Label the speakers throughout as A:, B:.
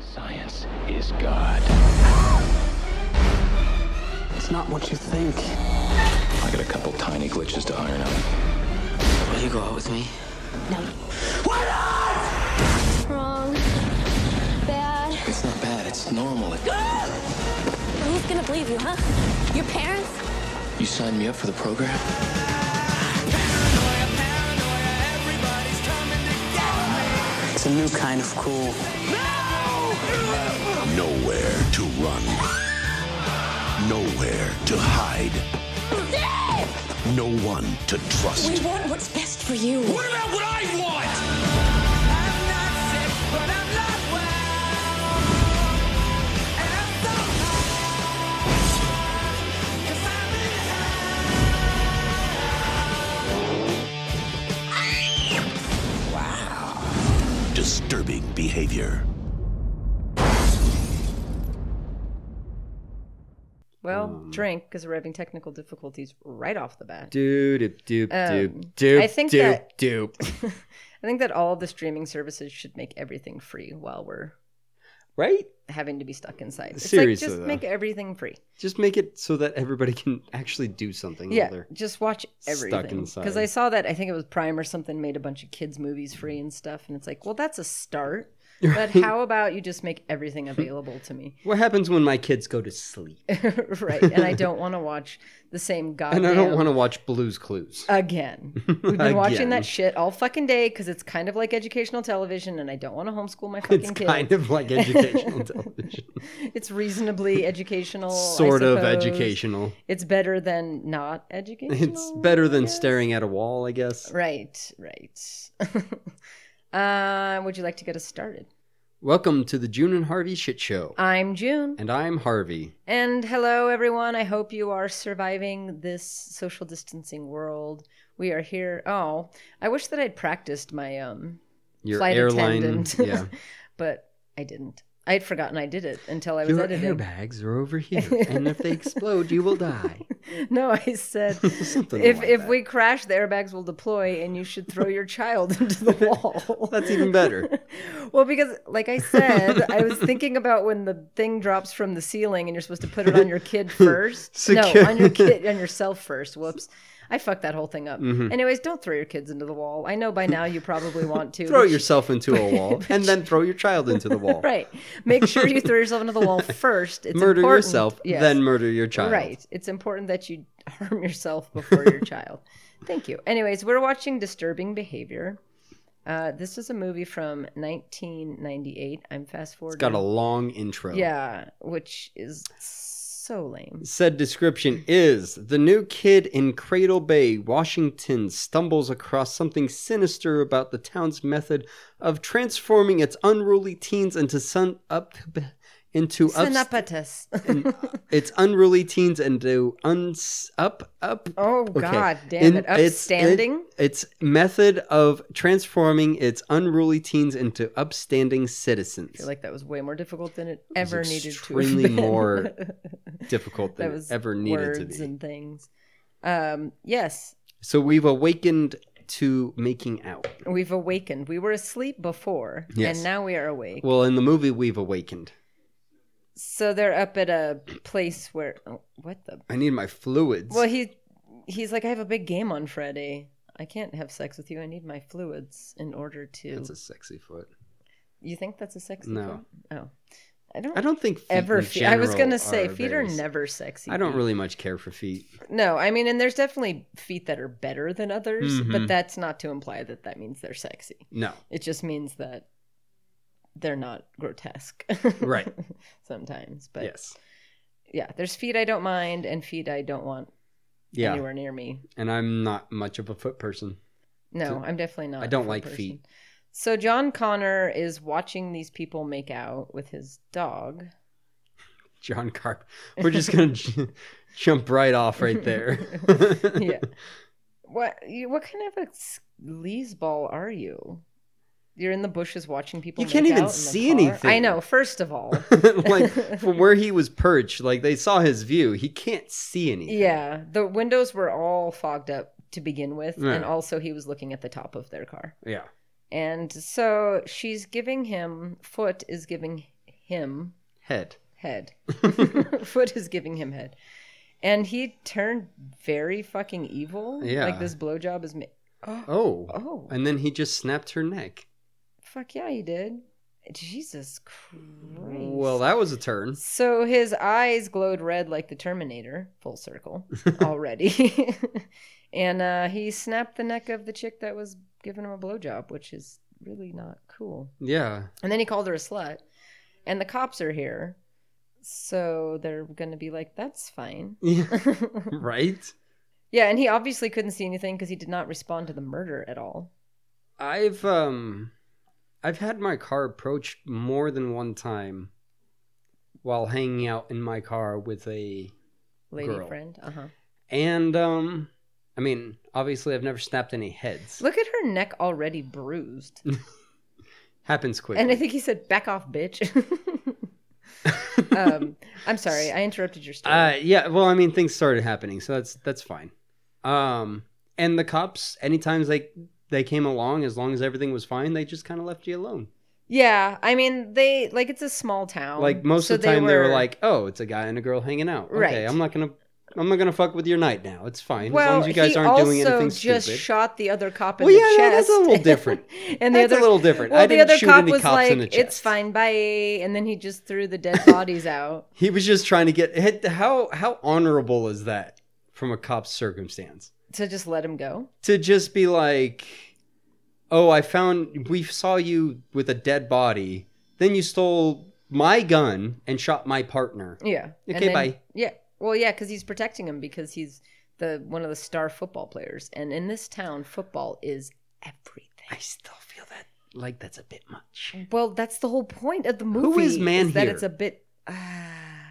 A: Science is God.
B: It's not what you think.
A: I got a couple tiny glitches to iron out.
B: Will you go out with me?
C: wrong, bad.
A: It's not bad, it's normal.
C: Who's gonna believe you, huh? Your parents?
A: You signed me up for the program?
B: It's a new kind of cool.
D: Nowhere to run. Nowhere to hide. No one to trust.
C: We want what's best for you.
D: What about what I want? Disturbing behavior.
E: Well,
F: Mm.
E: drink is arriving technical difficulties right off the bat.
F: Doop doop
E: Um,
F: doop doop.
E: I think
F: doop,
E: that-
F: doop.
E: I think that all the streaming services should make everything free while we're
F: Right?
E: having to be stuck inside. It's
F: Seriously,
E: like just
F: though.
E: make everything free.
F: Just make it so that everybody can actually do something. while
E: Yeah,
F: they're-
E: just watch
F: stuck
E: everything. Because I
F: inside.
E: saw that I think it was Prime or something made a bunch of kids movies free and stuff, and it's like, well, that's a start. But how about you just make everything available to me?
F: What happens when my kids go to sleep
E: right. And I don't want to watch the same goddamn
F: and I don't want to watch Blue's Clues?
E: again. We've been
F: Again.
E: watching that shit all fucking day because it's kind of like educational television, and I don't want to homeschool my fucking
F: It's
E: kids.
F: kind of like educational television,
E: It's reasonably educational. I
F: sort of
E: suppose.
F: educational.
E: It's better than not educational.
F: It's better than staring at a wall, I guess.
E: Right, right. uh, would you like to get us started?
F: Welcome to the June and Harvey Shit Show,
E: I'm June.
F: and I'm Harvey.
E: And hello, everyone. I hope you are surviving this social distancing world. We are here. Oh, I wish that I'd practiced my um,
F: Your
E: flight
F: airline,
E: attendant.
F: yeah.
E: but I didn't. I had forgotten I did it until I was
F: Your
E: editing.
F: airbags are over here, and if they explode, you will die.
E: No, I said
F: Something
E: if
F: like
E: if
F: that.
E: we crash, the airbags will deploy, and you should throw your child into the wall.
F: That's even better.
E: Well, because like I said, I was thinking about when the thing drops from the ceiling and you're supposed to put it on your kid first.
F: Secure-
E: No, on your kid, on yourself first. Whoops. I fucked that whole thing up.
F: Mm-hmm.
E: Anyways, don't throw your kids into the wall. I know by now you probably want to.
F: Throw
E: but-
F: yourself into a wall, and then throw your child into the wall.
E: Right. Make sure you throw yourself into the wall first. It's
F: Murder
E: important.
F: yourself,
E: Yes.
F: then murder your child.
E: Right. It's important that you harm yourself before your child. Thank you. Anyways, we're watching Disturbing Behavior. Uh, this is a movie from 1998. I'm fast forwarding.
F: Got a long intro.
E: Yeah, which is so lame.
F: Said description is the new kid in Cradle Bay, Washington, stumbles across something sinister about the town's method of transforming its unruly teens into sun up into up
E: Synapatus.
F: its unruly teens into uns up up.
E: oh
F: okay.
E: God, damn
F: In-
E: it!
F: it's- it-
E: Upstanding.
F: its method of transforming its unruly teens into upstanding citizens.
E: I feel like that was way more difficult than it
F: was
E: ever needed to. have
F: extremely
E: been.
F: more difficult
E: that
F: than it
E: was
F: ever needed to
E: words
F: be.
E: and things. Um, yes,
F: So we've awakened to making out.
E: we've awakened. We were asleep before,
F: Yes.
E: and now we are awake.
F: Well, in the movie, we've awakened.
E: so they're up at a place where oh, what the?
F: I need my fluids.
E: Well, he he's like, I have a big game on Friday. I can't have sex with you. I need my fluids in order to.
F: That's a sexy foot.
E: You think that's a sexy?
F: No.
E: thing? Oh, I don't.
F: I don't think feet
E: ever.
F: in
E: Fe- I was
F: general
E: gonna say feet
F: very
E: are
F: se-
E: never sexy.
F: I don't really much care for feet.
E: No, I mean, and there's definitely feet that are better than others,
F: Mm-hmm.
E: but that's not to imply that that means they're sexy.
F: No.
E: It just means that they're not grotesque.
F: Right.
E: Sometimes, but
F: yes.
E: yeah, there's feet I don't mind and feet I don't want
F: Yeah.
E: anywhere near me.
F: And I'm not much of a foot person.
E: No, I'm definitely not.
F: I
E: a
F: don't
E: foot
F: like
E: person.
F: feet.
E: So John Connor is watching these people make out with his dog.
F: John Carp. We're just going to jump right off right there.
E: yeah. What you- what kind of a s- leesball are you? You're in the bushes watching people.
F: You can't
E: make
F: even
E: out in the
F: see
E: car.
F: anything.
E: I know. First of all,
F: like from where he was perched, like they saw his view. He can't see anything.
E: yeah, the windows were all fogged up to begin with, and
F: Yeah.
E: also he was looking at the top of their car.
F: Yeah.
E: And so she's giving him foot is giving him
F: Head.
E: head. Foot is giving him head. And he turned very fucking evil.
F: Yeah.
E: Like this blowjob is. Ma-
F: Oh.
E: Oh.
F: And then he just snapped her neck.
E: Fuck yeah, he did. Jesus Christ.
F: Well, that was a turn.
E: So his eyes glowed red like the Terminator, full circle already. and uh, he snapped the neck of the chick that was giving him a blowjob, which is really not cool.
F: Yeah.
E: And then he called her a slut. And the cops are here. So they're going to be like, that's fine.
F: Yeah. right?
E: Yeah, and he obviously couldn't see anything because he did not respond to the murder at all.
F: I've um I've had my car approached more than one time while hanging out in my car with a
E: Lady
F: Girl.
E: friend. Uh huh.
F: and um I mean, obviously I've never snapped any heads.
E: Look at her neck already bruised.
F: Happens quickly.
E: And I think he said, back off, bitch. um, I'm sorry, I interrupted your story.
F: Uh, yeah. Well, I mean, things started happening, so that's that's fine. Um, and the cops, anytime they they came along, as long as everything was fine, they just kind of left you alone.
E: yeah, I mean, they, like, it's a small town.
F: Like most
E: Oh, so
F: of the time, they were... like, "Oh, it's a guy and a girl hanging out. Okay,
E: Right.
F: I'm not gonna." I'm not gonna fuck with your night now. It's fine as
E: well,
F: long as you guys
E: he
F: aren't
E: also
F: doing anything
E: just
F: stupid.
E: shot the other cop in
F: Well,
E: the
F: yeah, no, that's
E: chest.
F: a little different.
E: and
F: That's a
E: the other,
F: little different.
E: Well,
F: I didn't
E: the other
F: shoot
E: cop
F: any
E: was
F: cops
E: like,
F: in the
E: "It's
F: chest."
E: fine, bye," and then he just threw the dead bodies out.
F: he was just trying to get. had- How how honorable is that from a cop's circumstance?
E: So just let him go.
F: to just be like, "Oh, I found we saw you with a dead body. Then you stole my gun and shot my partner."
E: Yeah. And
F: Okay, bye.
E: Yeah. Well, yeah, because he's protecting him because he's the one of the star football players, and in this town, football is everything.
F: I still feel that like that's a bit much.
E: Well, that's the whole point of the movie.
F: Who is man
E: that
F: here?
E: it's a bit. Ah,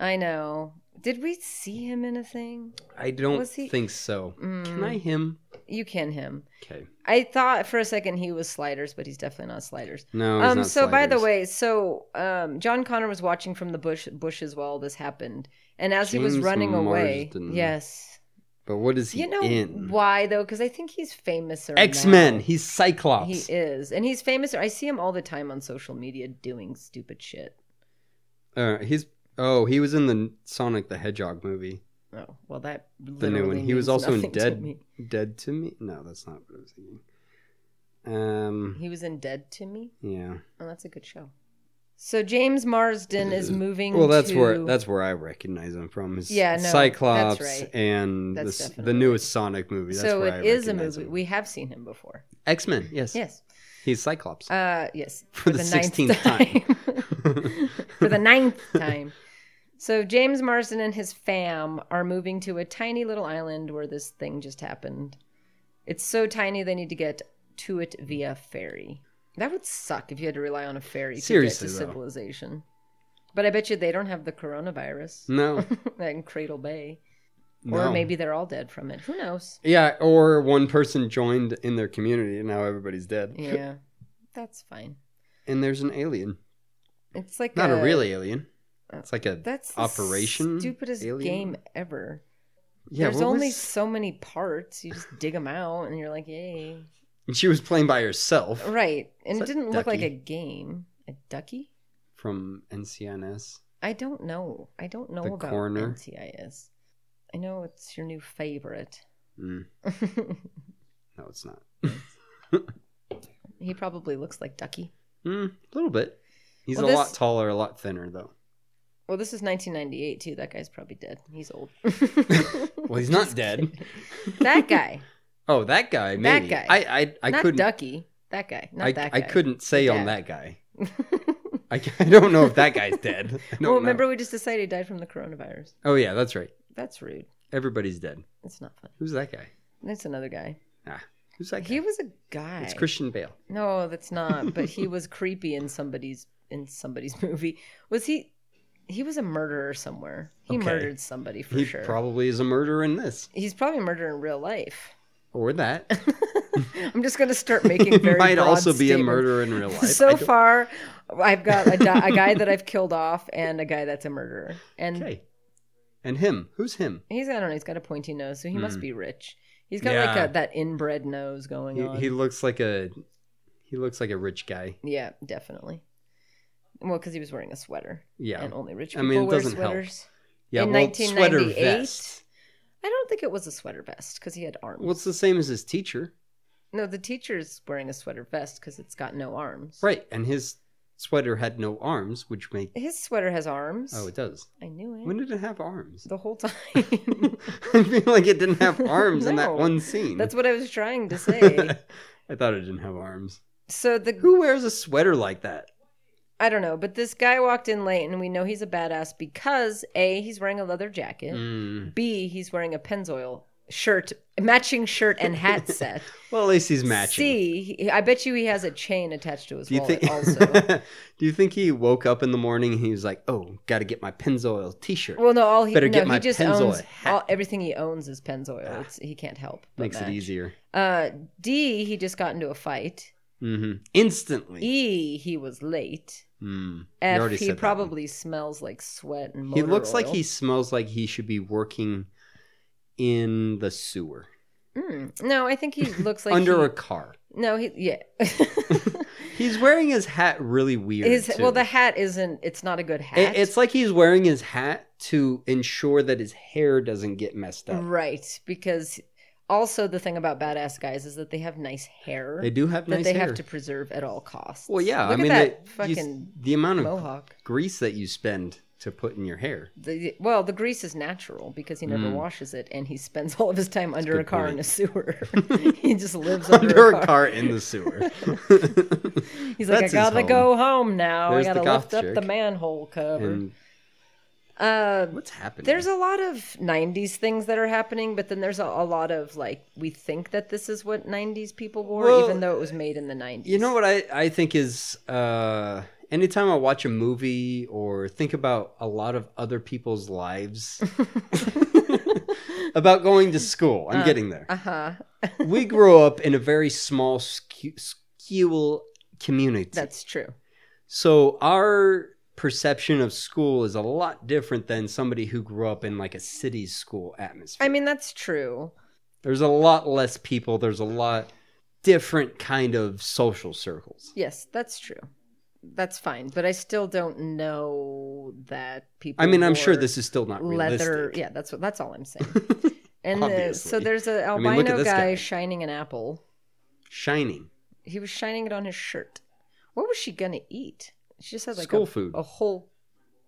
E: I know. Did we see him in a thing?
F: I don't
E: Was he-
F: think so. Can
E: Mm,
F: I him?
E: You can him.
F: Okay.
E: I thought for a second he was Sliders, but he's definitely not Sliders.
F: No. Oh, he's
E: Um,
F: not
E: so by the
F: Sliders.
E: way, so um, John Connor was watching from the bush bushes while this happened, and as he was
F: James
E: running away,
F: Marsden.
E: yes,
F: but what is he
E: you know
F: in?
E: why though? Because I think he's famous. around
F: X Men.
E: now.
F: He's Cyclops.
E: He is, and he's famous. I see him all the time on social media doing stupid shit.
F: Uh, he's oh, he was in the Sonic the Hedgehog movie,
E: Oh well, that
F: the new one.
E: literally
F: He was
E: means
F: also in
E: nothing to
F: Dead
E: me.
F: Dead to Me. No, that's not what I was thinking. Um,
E: He was in Dead to Me.
F: yeah.
E: Oh, that's a good show. So James Marsden is moving.
F: Well, that's
E: to...
F: where that's where I recognize him from. Is
E: Yeah, no, that's
F: Cyclops
E: right.
F: and
E: That's
F: the, s- the
E: definitely
F: newest Sonic movie. That's
E: so
F: where
E: it is a movie. We have seen him before.
F: X Men. Yes.
E: Yes.
F: He's Cyclops.
E: Uh, yes,
F: For the 16th
E: time. for the ninth time. So James Marsden and his fam are moving to a tiny little island where this thing just happened. It's so tiny they need to get to it via ferry. That would suck if you had to rely on a ferry
F: Seriously,
E: to get
F: though.
E: to civilization. But I bet you they don't have the coronavirus
F: no.
E: in Cradle Bay,
F: Hmm. no.
E: or maybe they're all dead from it. Who knows?
F: Yeah, or one person joined in their community and now everybody's dead.
E: Yeah, that's fine.
F: And there's an alien.
E: It's like
F: Not
E: a,
F: a real alien.
E: Uh,
F: It's like a
E: That's the
F: operation
E: stupidest
F: alien?
E: game ever.
F: yeah.
E: There's
F: what
E: only
F: was-
E: so many parts. You just dig them out, and you're like, yay!
F: she was playing by herself
E: Right, and
F: It's
E: it
F: a
E: didn't look like
F: ducky.
E: a game. A ducky?
F: from NCNS.
E: I don't know. I don't know
F: The
E: about
F: corner.
E: NCIS. I know it's your new favorite.
F: Mm, no, it's not.
E: he probably looks like Ducky.
F: Mm, a little bit. He's
E: Well,
F: a lot
E: this-
F: taller, a lot thinner though.
E: Well, this is 1998 too. That guy's probably dead. He's old.
F: Well, he's not dead.
E: that guy,
F: Oh, that guy. Maybe.
E: guy.
F: I I, I
E: not
F: couldn't.
E: Ducky. That guy, not
F: I,
E: that guy.
F: I couldn't say
E: The
F: on
E: dad.
F: that guy. I, I don't know if that guy's dead. I don't
E: Well,
F: know.
E: remember we just decided he died from the coronavirus.
F: Oh yeah, that's right.
E: That's rude.
F: Everybody's dead.
E: That's not fun.
F: Who's that guy?
E: That's another guy.
F: Ah, who's that guy?
E: He was a guy.
F: It's Christian Bale.
E: No, that's not. But he was creepy in somebody's in somebody's movie. Was he? He was a murderer somewhere. He
F: Okay.
E: murdered somebody for
F: he
E: sure.
F: probably is a murderer in this
E: He's probably a murderer in real life.
F: or that.
E: I'm just gonna start making very.
F: Might
E: broad
F: also be a
E: statements.
F: murderer in real life. I
E: So
F: don't-
E: far, I've got a, di- a guy that I've killed off and a guy that's a murderer. And
F: Okay. And him? Who's him?
E: he's I don't know. He's got a pointy nose, so he must be rich. He's got
F: Hmm. Yeah.
E: like a, that inbred nose going
F: He,
E: on.
F: he looks like a he looks like a rich guy.
E: Yeah, definitely. Well, because he was wearing a sweater.
F: Yeah.
E: And only rich
F: I
E: people
F: mean, it
E: wear
F: doesn't help.
E: sweaters.
F: Yeah,
E: In
F: well, sweater
E: 1998?
F: vest.
E: I don't think it was a sweater vest because he had arms.
F: Well, it's the same as his teacher,
E: no, the teacher's wearing a sweater vest because it's got no arms.
F: right? And his sweater had no arms, which made
E: His sweater has arms.
F: oh, it does.
E: I knew it
F: When did it have arms?
E: the whole time.
F: I feel like it didn't have arms in that
E: No.
F: one scene.
E: That's what I was trying to say.
F: I thought it didn't have arms.
E: so the
F: Who wears a sweater like that?
E: I don't know, but this guy walked in late, and we know he's a badass because a he's wearing a leather jacket,
F: Mm. Hmm.
E: b he's wearing a Pennzoil shirt, matching shirt and hat set.
F: Well, at least he's matching.
E: C, he- I bet you he has a chain attached to his
F: Do you
E: wallet
F: think?
E: also.
F: do you think he woke up in the morning? and He was like, "Oh, got to get my Pennzoil T-shirt."
E: Well, no, all he
F: Better
E: no,
F: get
E: he
F: my
E: just
F: Pennzoil
E: owns
F: hat.
E: all, everything he owns is Pennzoil. It's, he can't help. but
F: Makes it
E: match.
F: easier.
E: Uh, D, he just got into a fight.
F: hmm Instantly.
E: E, he was late.
F: Mm. You
E: F,
F: already
E: he
F: said that one.
E: probably smells like sweat and
F: He
E: motor
F: looks like
E: oil.
F: he smells like he should be working in the sewer
E: Mm. No, I think he looks like
F: under
E: he-
F: a car.
E: No, he yeah.
F: He's wearing his hat really weird.
E: His
F: too.
E: well, the hat isn't. It's not a good hat.
F: It- it's like he's wearing his hat to ensure that his hair doesn't get messed up.
E: right because also the thing about badass guys is that they have nice hair.
F: They do have
E: that
F: nice
E: they
F: hair.
E: have to preserve at all costs.
F: Well, yeah,
E: Look
F: I mean
E: at that
F: that- you s-
E: fucking
F: the amount of
E: mohawk.
F: grease that you spend to put in your hair.
E: The, well, the grease is natural because he never washes it, and he spends all of his time under a
F: Mm. good
E: car
F: point.
E: in a sewer. he just lives under,
F: Under
E: a car.
F: in the sewer.
E: He's like, I
F: That's his
E: gotta
F: home."
E: go home now.
F: There's the
E: I gotta
F: goth
E: lift up
F: chick.
E: the manhole cover.
F: and
E: uh,
F: what's happening?
E: There's a lot of 90s things that are happening, but then there's a, a lot of like, we think that this is what 90s people wore,
F: Well,
E: even though it was made in the 90s.
F: You know what I, I think is uh, anytime I watch a movie or think about a lot of other people's lives about going to school,
E: Uh,
F: I'm getting there. Uh-huh. we grew up in a very small, skew, skew community.
E: That's true.
F: so our perception of school is a lot different than somebody who grew up in like a city school atmosphere.
E: I mean, that's true.
F: there's a lot less people, there's a lot different kind of social circles.
E: Yes, that's true. That's fine. But I still don't know that people.
F: I mean, I'm sure
E: wore
F: this is still not realistic.
E: leather. Yeah, that's what. That's all I'm saying. And uh, so
F: Obviously.
E: there's an
F: mean, look at
E: albino
F: this
E: guy,
F: guy.
E: shining an apple.
F: Shining.
E: He was shining it on his shirt. What was she gonna eat? She just had like
F: School
E: a,
F: food.
E: A whole,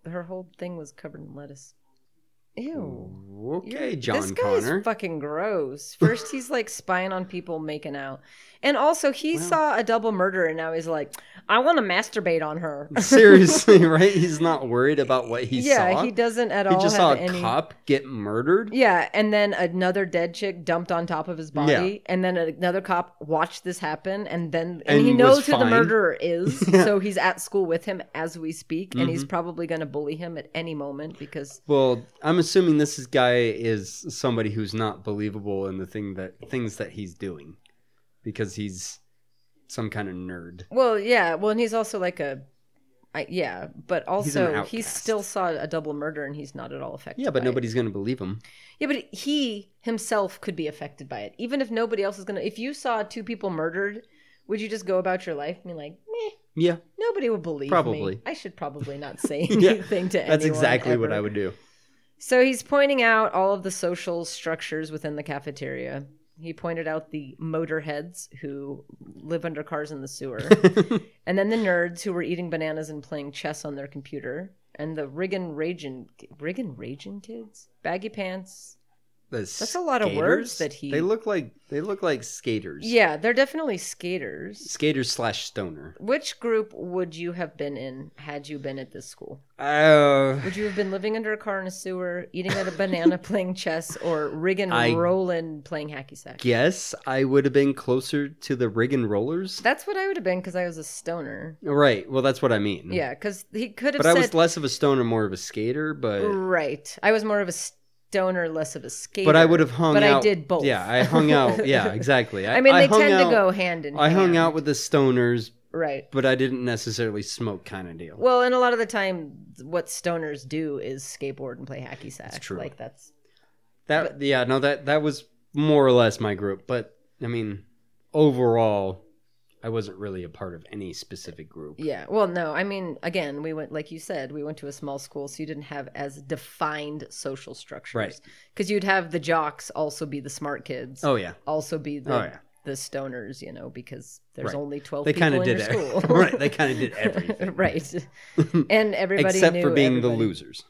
E: her whole thing was covered in lettuce. Ew.
F: Okay, John
E: this guy
F: Connor.
E: is fucking gross. First, he's like spying on people, making out, and also he saw a double murder, and now he's like, I want to masturbate on her.
F: Seriously, right? He's not worried about what he saw.
E: yeah, he doesn't at
F: He
E: all.
F: just saw
E: have
F: a
E: any...
F: cop get murdered.
E: Yeah, and then another dead chick dumped on top of his body,
F: Yeah.
E: and then another cop watched this happen, and then and, he
F: And
E: knows
F: was
E: who the
F: fine.
E: murderer is, so he's at school with him as we speak, and
F: Mm-hmm.
E: he's probably going to bully him at any moment because
F: Well, I'm assuming this is- guy is somebody who's not believable in the thing that things that he's doing, because he's some kind of nerd.
E: well, yeah, well, and he's also like a. I, yeah, but also he
F: outcast.
E: still saw a double murder, and he's not at all affected.
F: Yeah, but
E: by it.
F: nobody's gonna believe him.
E: Yeah, but he himself could be affected by it, even if nobody else is gonna. If you saw two people murdered, would you just go about your life and be like, meh?
F: Yeah,
E: Nobody would believe
F: Probably.
E: me. I should probably not say
F: Yeah,
E: anything to anyone.
F: that's exactly what
E: ever.
F: I would do.
E: So he's pointing out all of the social structures within the cafeteria. He pointed out the motorheads who live under cars in the sewer, and then the nerds who were eating bananas and playing chess on their computer, and the riggin' ragin' riggin' ragin' kids, baggy pants.
F: That's
E: a lot of words that he-
F: They look like they look like skaters.
E: Yeah, they're definitely skaters.
F: skaters slash stoner.
E: Which group would you have been in had you been at this school?
F: Uh,
E: Would you have been living under a car in a sewer, eating at a banana, playing chess, or rigging
F: I-
E: Roland playing hacky sack?
F: guess I would have been closer to the rig and rollers.
E: That's what I would have been because I was a stoner.
F: Right. Well, that's what I mean.
E: Yeah, because he could have
F: Mm. But I
E: said
F: was less of a stoner, more of a skater. But
E: right. I was more of a stoner, less of a skater.
F: but I would have hung
E: But
F: out.
E: I did both.
F: Yeah, I hung out. Yeah, exactly.
E: I mean, they
F: hung
E: tend
F: out-
E: to go hand in
F: I
E: hand.
F: hung out with the stoners,
E: Right.
F: but I didn't necessarily smoke, kind of deal.
E: Well, and a lot of the time, what stoners do is skateboard and play hacky sack. That's
F: true.
E: Like that's
F: that yeah, no, that that was more or less my group. But I mean, overall, I wasn't really a part of any specific group.
E: Yeah. Well, no, I mean, again, we went, like you said, we went to a small school, so you didn't have as defined social structures.
F: Right.
E: Because you'd have the jocks also be the smart kids,
F: Oh yeah,
E: also be the,
F: Oh, yeah.
E: the stoners, you know, because there's
F: Right.
E: only 12
F: they
E: people
F: kind
E: in
F: of did
E: your
F: everything.
E: school.
F: right. They kind of did everything
E: right. And everybody
F: except
E: knew
F: for being
E: everybody.
F: the losers.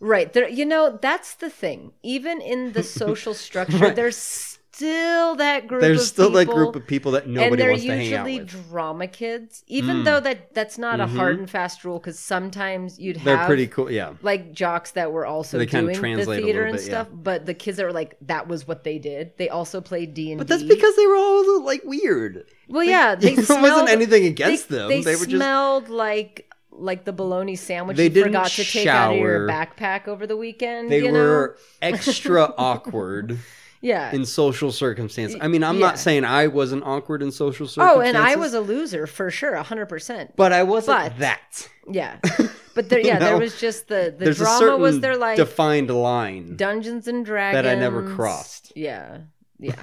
E: Right. There you know, that's the thing. Even in the social structure, there's still that group
F: There's
E: of
F: still that
E: people,
F: group of people that
E: and
F: nobody
E: they're
F: wants to hang out
E: usually
F: with. Hmm. Mm-hmm.
E: drama kids. Even though that that's not a hard and fast rule cuz sometimes you'd have
F: They're pretty cool. Yeah.
E: like jocks that were also
F: They kinda
E: doing the
F: translate a
E: theater
F: little
E: and
F: bit, yeah.
E: stuff, but the kids that were like that was what they did. They also played D and D.
F: But that's because they were all like weird.
E: well, yeah, they
F: There wasn't
E: smelled-
F: anything against
E: they,
F: them.
E: They,
F: They were just-
E: smelled like like the bologna sandwich
F: They
E: you
F: didn't
E: forgot to take out of
F: shower.
E: your backpack over the weekend.
F: They
E: you know?
F: were extra awkward
E: yeah,
F: in social circumstances. I mean, I'm
E: yeah.
F: not saying I wasn't awkward in social
E: Oh,
F: circumstances.
E: and I was a loser for sure, hundred percent.
F: but I wasn't
E: but-
F: that.
E: Yeah, but there, yeah, there
F: know,
E: was just the the
F: There's a
E: drama
F: certain
E: was there like
F: defined line.
E: Dungeons and Dragons
F: that I never crossed.
E: Yeah, yeah.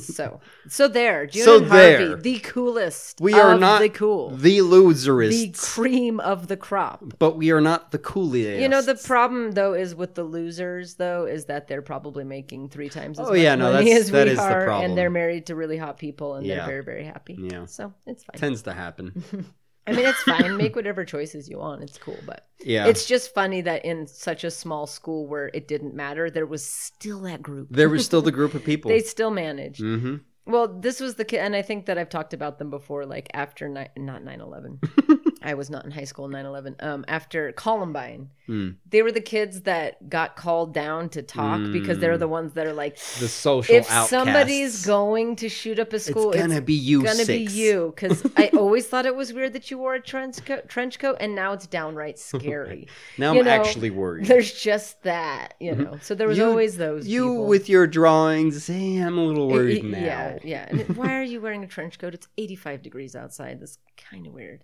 E: so, so there, June
F: So
E: and Harvey,
F: there.
E: the coolest.
F: we are
E: of
F: not
E: the cool,
F: the
E: the
F: loserists,
E: cream of the crop.
F: but we are not the cooliest.
E: You know the problem though is with the losers though is that they're probably making three times as
F: Oh,
E: much
F: yeah, no,
E: money
F: that's-
E: as
F: that
E: we
F: is the
E: are,
F: problem.
E: and they're married to really hot people, and
F: Yeah.
E: they're very very happy.
F: Yeah.
E: so it's fine.
F: tends to happen.
E: I mean, it's fine. Make whatever choices you want. It's cool, but
F: Yeah,
E: it's just funny that in such a small school where it didn't matter, there was still that group.
F: there was still the group of people.
E: they still managed.
F: hmm
E: Well, this was the kid, and I think that I've talked about them before. Like after ni- not 9-11. I was not in high school in 9-11. Um, after Columbine,
F: Mm.
E: they were the kids that got called down to talk because they're the ones that are like,
F: The Mm. social
E: if somebody's
F: outcasts.
E: going to shoot up a school,
F: it's gonna be you.
E: gonna
F: six.
E: be you because I always thought it was weird that you wore a trench coat, trench coat and now it's downright scary.
F: Now
E: You
F: I'm
E: know,
F: actually worried.
E: There's just that, you
F: Mm-hmm.
E: know. So there was
F: You-
E: always those.
F: You
E: people.
F: with your drawings, eh, I'm a little
E: I-
F: worried
E: I-
F: now.
E: Yeah, yeah. And it- why are you wearing a trench coat? It's 85 degrees outside. That's kind of weird.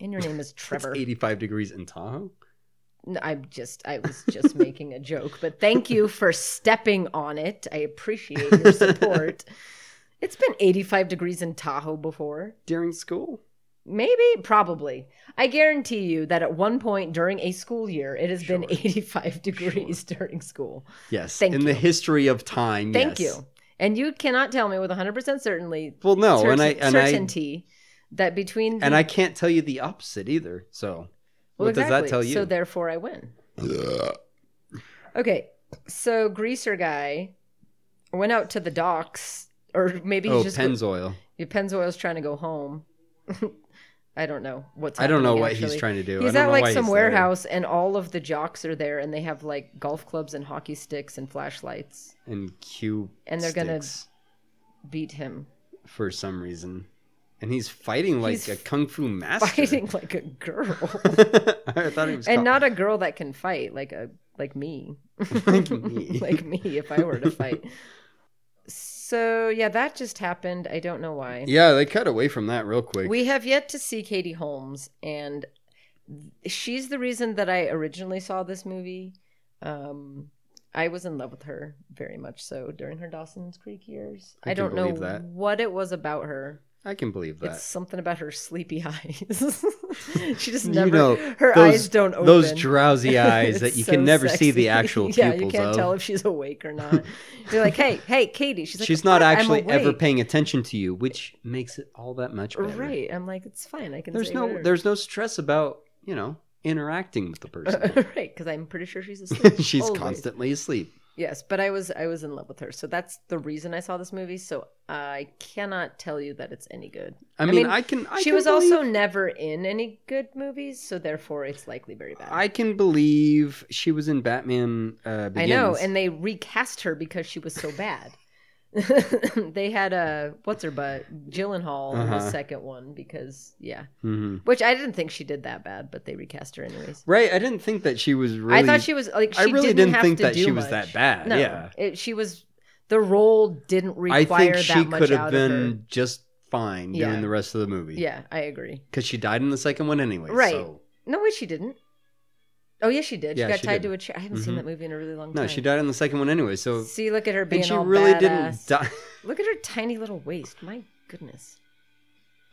E: And your name is
F: It's
E: Trevor.
F: 85 degrees in Tahoe.
E: No, I'm just, I was just making a joke, but thank you for stepping on it. I appreciate your support. it's been 85 degrees in Tahoe before.
F: During school?
E: Maybe, probably. I guarantee you that at one point during a school year, it has been 85 degrees during school.
F: Yes.
E: Thank
F: in the
E: you.
F: history of time.
E: Thank
F: yes.
E: you. And you cannot tell me with 100% certainly
F: Well, no,
E: cer-
F: and I and I
E: certainty that between
F: and I can't tell you the opposite either. So,
E: Mm-hmm. Well,
F: what does that
E: exactly.
F: tell you?
E: So therefore, I win. okay, so greaser guy went out to the docks, or maybe he's
F: oh,
E: just
F: Pennzoil.
E: Go- Pennzoil's trying to go home. I don't know what's.
F: I don't know
E: happening,
F: what
E: actually.
F: he's trying to do. I
E: He's
F: don't
E: at
F: know
E: like
F: why
E: some
F: he's there.
E: warehouse, and all of the jocks are there, and they have like golf clubs and hockey sticks and flashlights.
F: and Q
E: And they're gonna-
F: sticks
E: Beat him,
F: for some reason, and he's fighting like
E: He's
F: a kung fu master.
E: fighting like a girl,
F: I thought he was
E: and
F: called-
E: not a girl that can fight, like a like me.
F: like me.
E: like me if I were to fight. So yeah, that just happened. I don't know why.
F: yeah, they cut away from that real quick.
E: We have yet to see Katie Holmes, and she's the reason that I originally saw this movie. Um, I was in love with her very much so during her Dawson's Creek years.
F: I
E: I, don't
F: can
E: know
F: believe that.
E: what it was about her.
F: I can believe that.
E: It's something about her sleepy eyes. she just
F: You
E: never
F: know,
E: her
F: those-
E: eyes don't open.
F: Those drowsy eyes that
E: It's
F: you
E: so
F: can never see
E: sexy.
F: the actual
E: yeah,
F: pupils
E: you can't
F: of.
E: tell if she's awake or not. You're like, hey, hey, Katie. She's like,
F: She's not
E: "Fuck, I'm
F: actually ever
E: awake."
F: paying attention to you, which makes it all that much better.
E: Right. I'm like, it's fine. I can.
F: There's
E: say
F: no
E: whatever."
F: there's no stress about, you know, interacting with the person.
E: right because I'm pretty sure she's asleep.
F: She's
E: always.
F: constantly asleep.
E: Yes, but I was I was in love with her, so that's the reason I saw this movie. So I cannot tell you that it's any good.
F: I mean, I, can I
E: she
F: can
E: was
F: believe,
E: also never in any good movies, so therefore it's likely very bad.
F: I can believe she was in Batman uh
E: I
F: Begins.
E: know, and they recast her because she was so bad. they had a what's her butt Gyllenhaal in the
F: Uh-huh.
E: second one because yeah,
F: Mhm.
E: which I didn't think she did that bad, but they recast her anyways.
F: Right, I didn't think that she was really
E: I thought she was like she
F: I really
E: didn't,
F: didn't
E: have
F: think
E: to
F: that
E: do
F: she was that
E: much.
F: bad,
E: No,
F: yeah.
E: it, she was. The role didn't
F: I
E: require
F: think
E: that
F: she
E: much
F: could have
E: out of her.
F: been just fine
E: Yeah.
F: during the rest of the movie.
E: Yeah, I agree.
F: Because she died in the second one anyway.
E: Right.
F: So.
E: No way, she didn't. Oh yeah, she did.
F: Yeah,
E: she got
F: she
E: tied
F: did.
E: to a chair. I haven't seen that movie in a really long time.
F: No, she died in the second one anyway. So
E: See, look at her being
F: and she
E: all
F: really
E: badass.
F: didn't die.
E: Look at her tiny little waist. My goodness.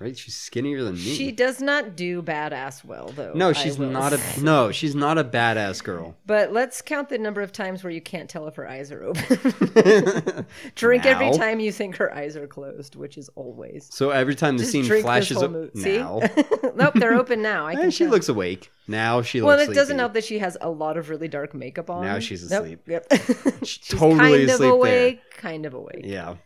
F: right? She's skinnier than me.
E: She does not do badass well, though. I
F: no, she's
E: will
F: not
E: say.
F: a no, she's not a badass girl.
E: But let's count the number of times where you can't tell if her eyes are open. drink every
F: Now.
E: time you think her eyes are closed, which is always.
F: So every time the
E: Just
F: scene
E: drink
F: flashes
E: this whole
F: up
E: movie. See?
F: now,
E: nope, they're open now. I
F: eh,
E: can
F: she
E: tell.
F: looks awake. Now she
E: Well,
F: looks.
E: and it doesn't
F: sleepy.
E: help that she has a lot of really dark makeup on.
F: Now she's
E: Nope,
F: asleep.
E: Yep. she's
F: totally
E: kind
F: asleep there.
E: of awake. Kind of awake.
F: Yeah.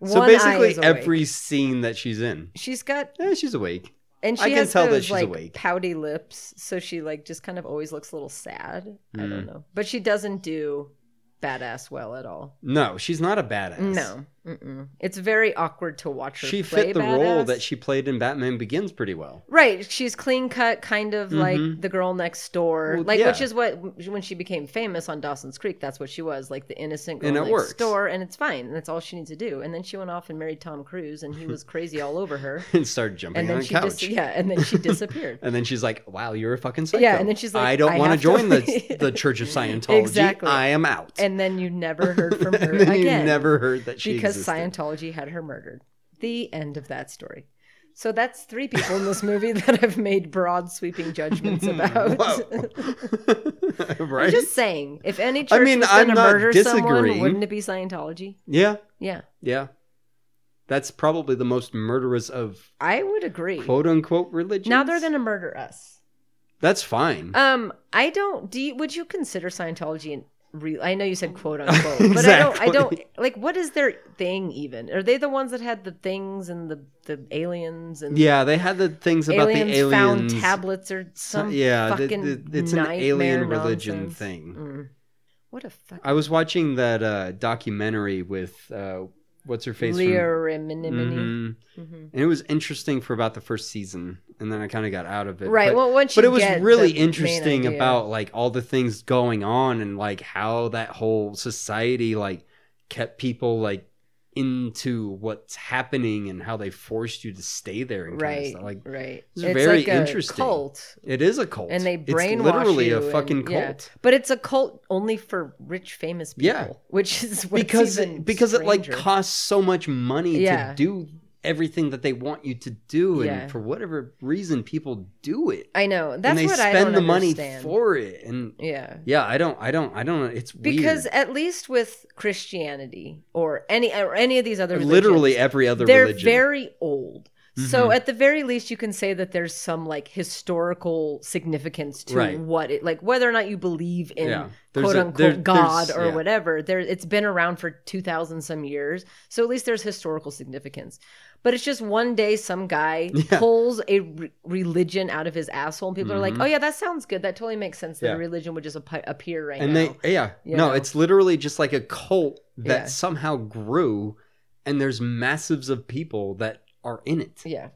E: One
F: So
E: eye
F: basically,
E: is awake.
F: every scene that she's in,
E: she's got
F: eh, she's awake.
E: and she
F: I can
E: has
F: tell that
E: those
F: she's
E: like
F: awake.
E: pouty lips, so she like just kind of always looks a little sad. I
F: Mm.
E: don't know, but she doesn't do badass well at all.
F: No, she's not a badass.
E: No, Mm-mm. it's very awkward to watch her.
F: She
E: play
F: fit the
E: badass.
F: role that she played in Batman Begins pretty well.
E: Right, she's clean cut, kind of like the girl next door,
F: Mm-hmm. Well,
E: like
F: yeah.
E: which is what when she became famous on Dawson's Creek. That's what she was, like the innocent girl
F: And it
E: next
F: works.
E: door, and it's fine. That's all she needs to do. And then she went off and married Tom Cruise, and he was crazy all over her.
F: And started jumping
E: And then
F: on the
E: she
F: couch.
E: dis- yeah, and then she disappeared.
F: And then she's like, "Wow, you're a fucking psycho."
E: Yeah, and then she's like,
F: "I don't
E: "I
F: want to
E: have to
F: join the
E: leave."
F: the Church of Scientology.
E: Exactly.
F: I am out."
E: and then you never heard from her
F: And then
E: again.
F: you never heard that she
E: because
F: existed.
E: Scientology had her murdered. The end of that story. So that's three people in this movie that have made broad sweeping judgments about.
F: right?
E: I'm just saying, if any church
F: mean,
E: was
F: I'm
E: going to
F: not
E: murder
F: disagreeing.
E: someone, wouldn't it be Scientology?
F: Yeah,
E: Yeah,
F: yeah. That's probably the most murderous of
E: I would agree.
F: quote unquote religions.
E: Now they're going to murder us.
F: That's fine.
E: Um, I don't. Do you, would you consider Scientology an real? I know you said quote unquote, but I don't.
F: Exactly.
E: I don't like. What is their thing? Even are they the ones that had the things and the the aliens and
F: yeah, they had the things about
E: aliens,
F: the aliens.
E: found tablets or some
F: yeah, the-
E: fucking
F: the- it's an alien
E: nightmare
F: religion
E: nonsense.
F: thing.
E: Mm. What a fuck.
F: I was watching that uh, documentary with uh, what's her face from
E: Lyriminimini.
F: Mhm.
E: Mm-hmm.
F: And it was interesting for about the first season, and then I kind of got out of it.
E: Right,
F: But,
E: well, once
F: but
E: you
F: it was
E: get
F: really
E: the main
F: interesting
E: idea.
F: about like all the things going on and like how that whole society like kept people like into what's happening and how they forced you to stay there and kind of
E: Right,
F: stuff. Like
E: right.
F: it's very
E: like a
F: interesting.
E: cult,
F: it is a cult,
E: and they brainwash
F: It's literally
E: you
F: a
E: and-
F: fucking
E: yeah.
F: cult.
E: But it's a cult only for rich, famous people.
F: Yeah.
E: which is what's
F: because
E: even
F: it, because it like
E: stranger.
F: costs so much money
E: Yeah.
F: to do everything that they want you to do and
E: Yeah.
F: for whatever reason people do it
E: I know that's
F: and they
E: what
F: spend
E: I don't
F: the money
E: understand.
F: for it and
E: Yeah,
F: yeah i don't i don't i don't it's
E: because
F: weird.
E: at least with Christianity or any or any of these other religions,
F: literally every other
E: they're
F: religion Mm-hmm.
E: very old. So at the very least, you can say that there's some like historical significance to
F: Right.
E: what it like, whether or not you believe in
F: Yeah. There's
E: quote
F: a-
E: unquote
F: there- there's-
E: God or
F: yeah.
E: whatever. There, it's been around for two thousand some years, so at least there's historical significance. But it's just one day some guy
F: Yeah.
E: pulls a re- religion out of his asshole, and people are like, "Oh yeah, that sounds good. That totally makes sense. That
F: Mm-hmm. Yeah.
E: a religion would just ap- appear right
F: and
E: now."
F: they yeah
E: You
F: no
E: know?
F: it's literally just like a cult that
E: Yeah.
F: somehow grew and there's massives of people that are in it
E: Yeah.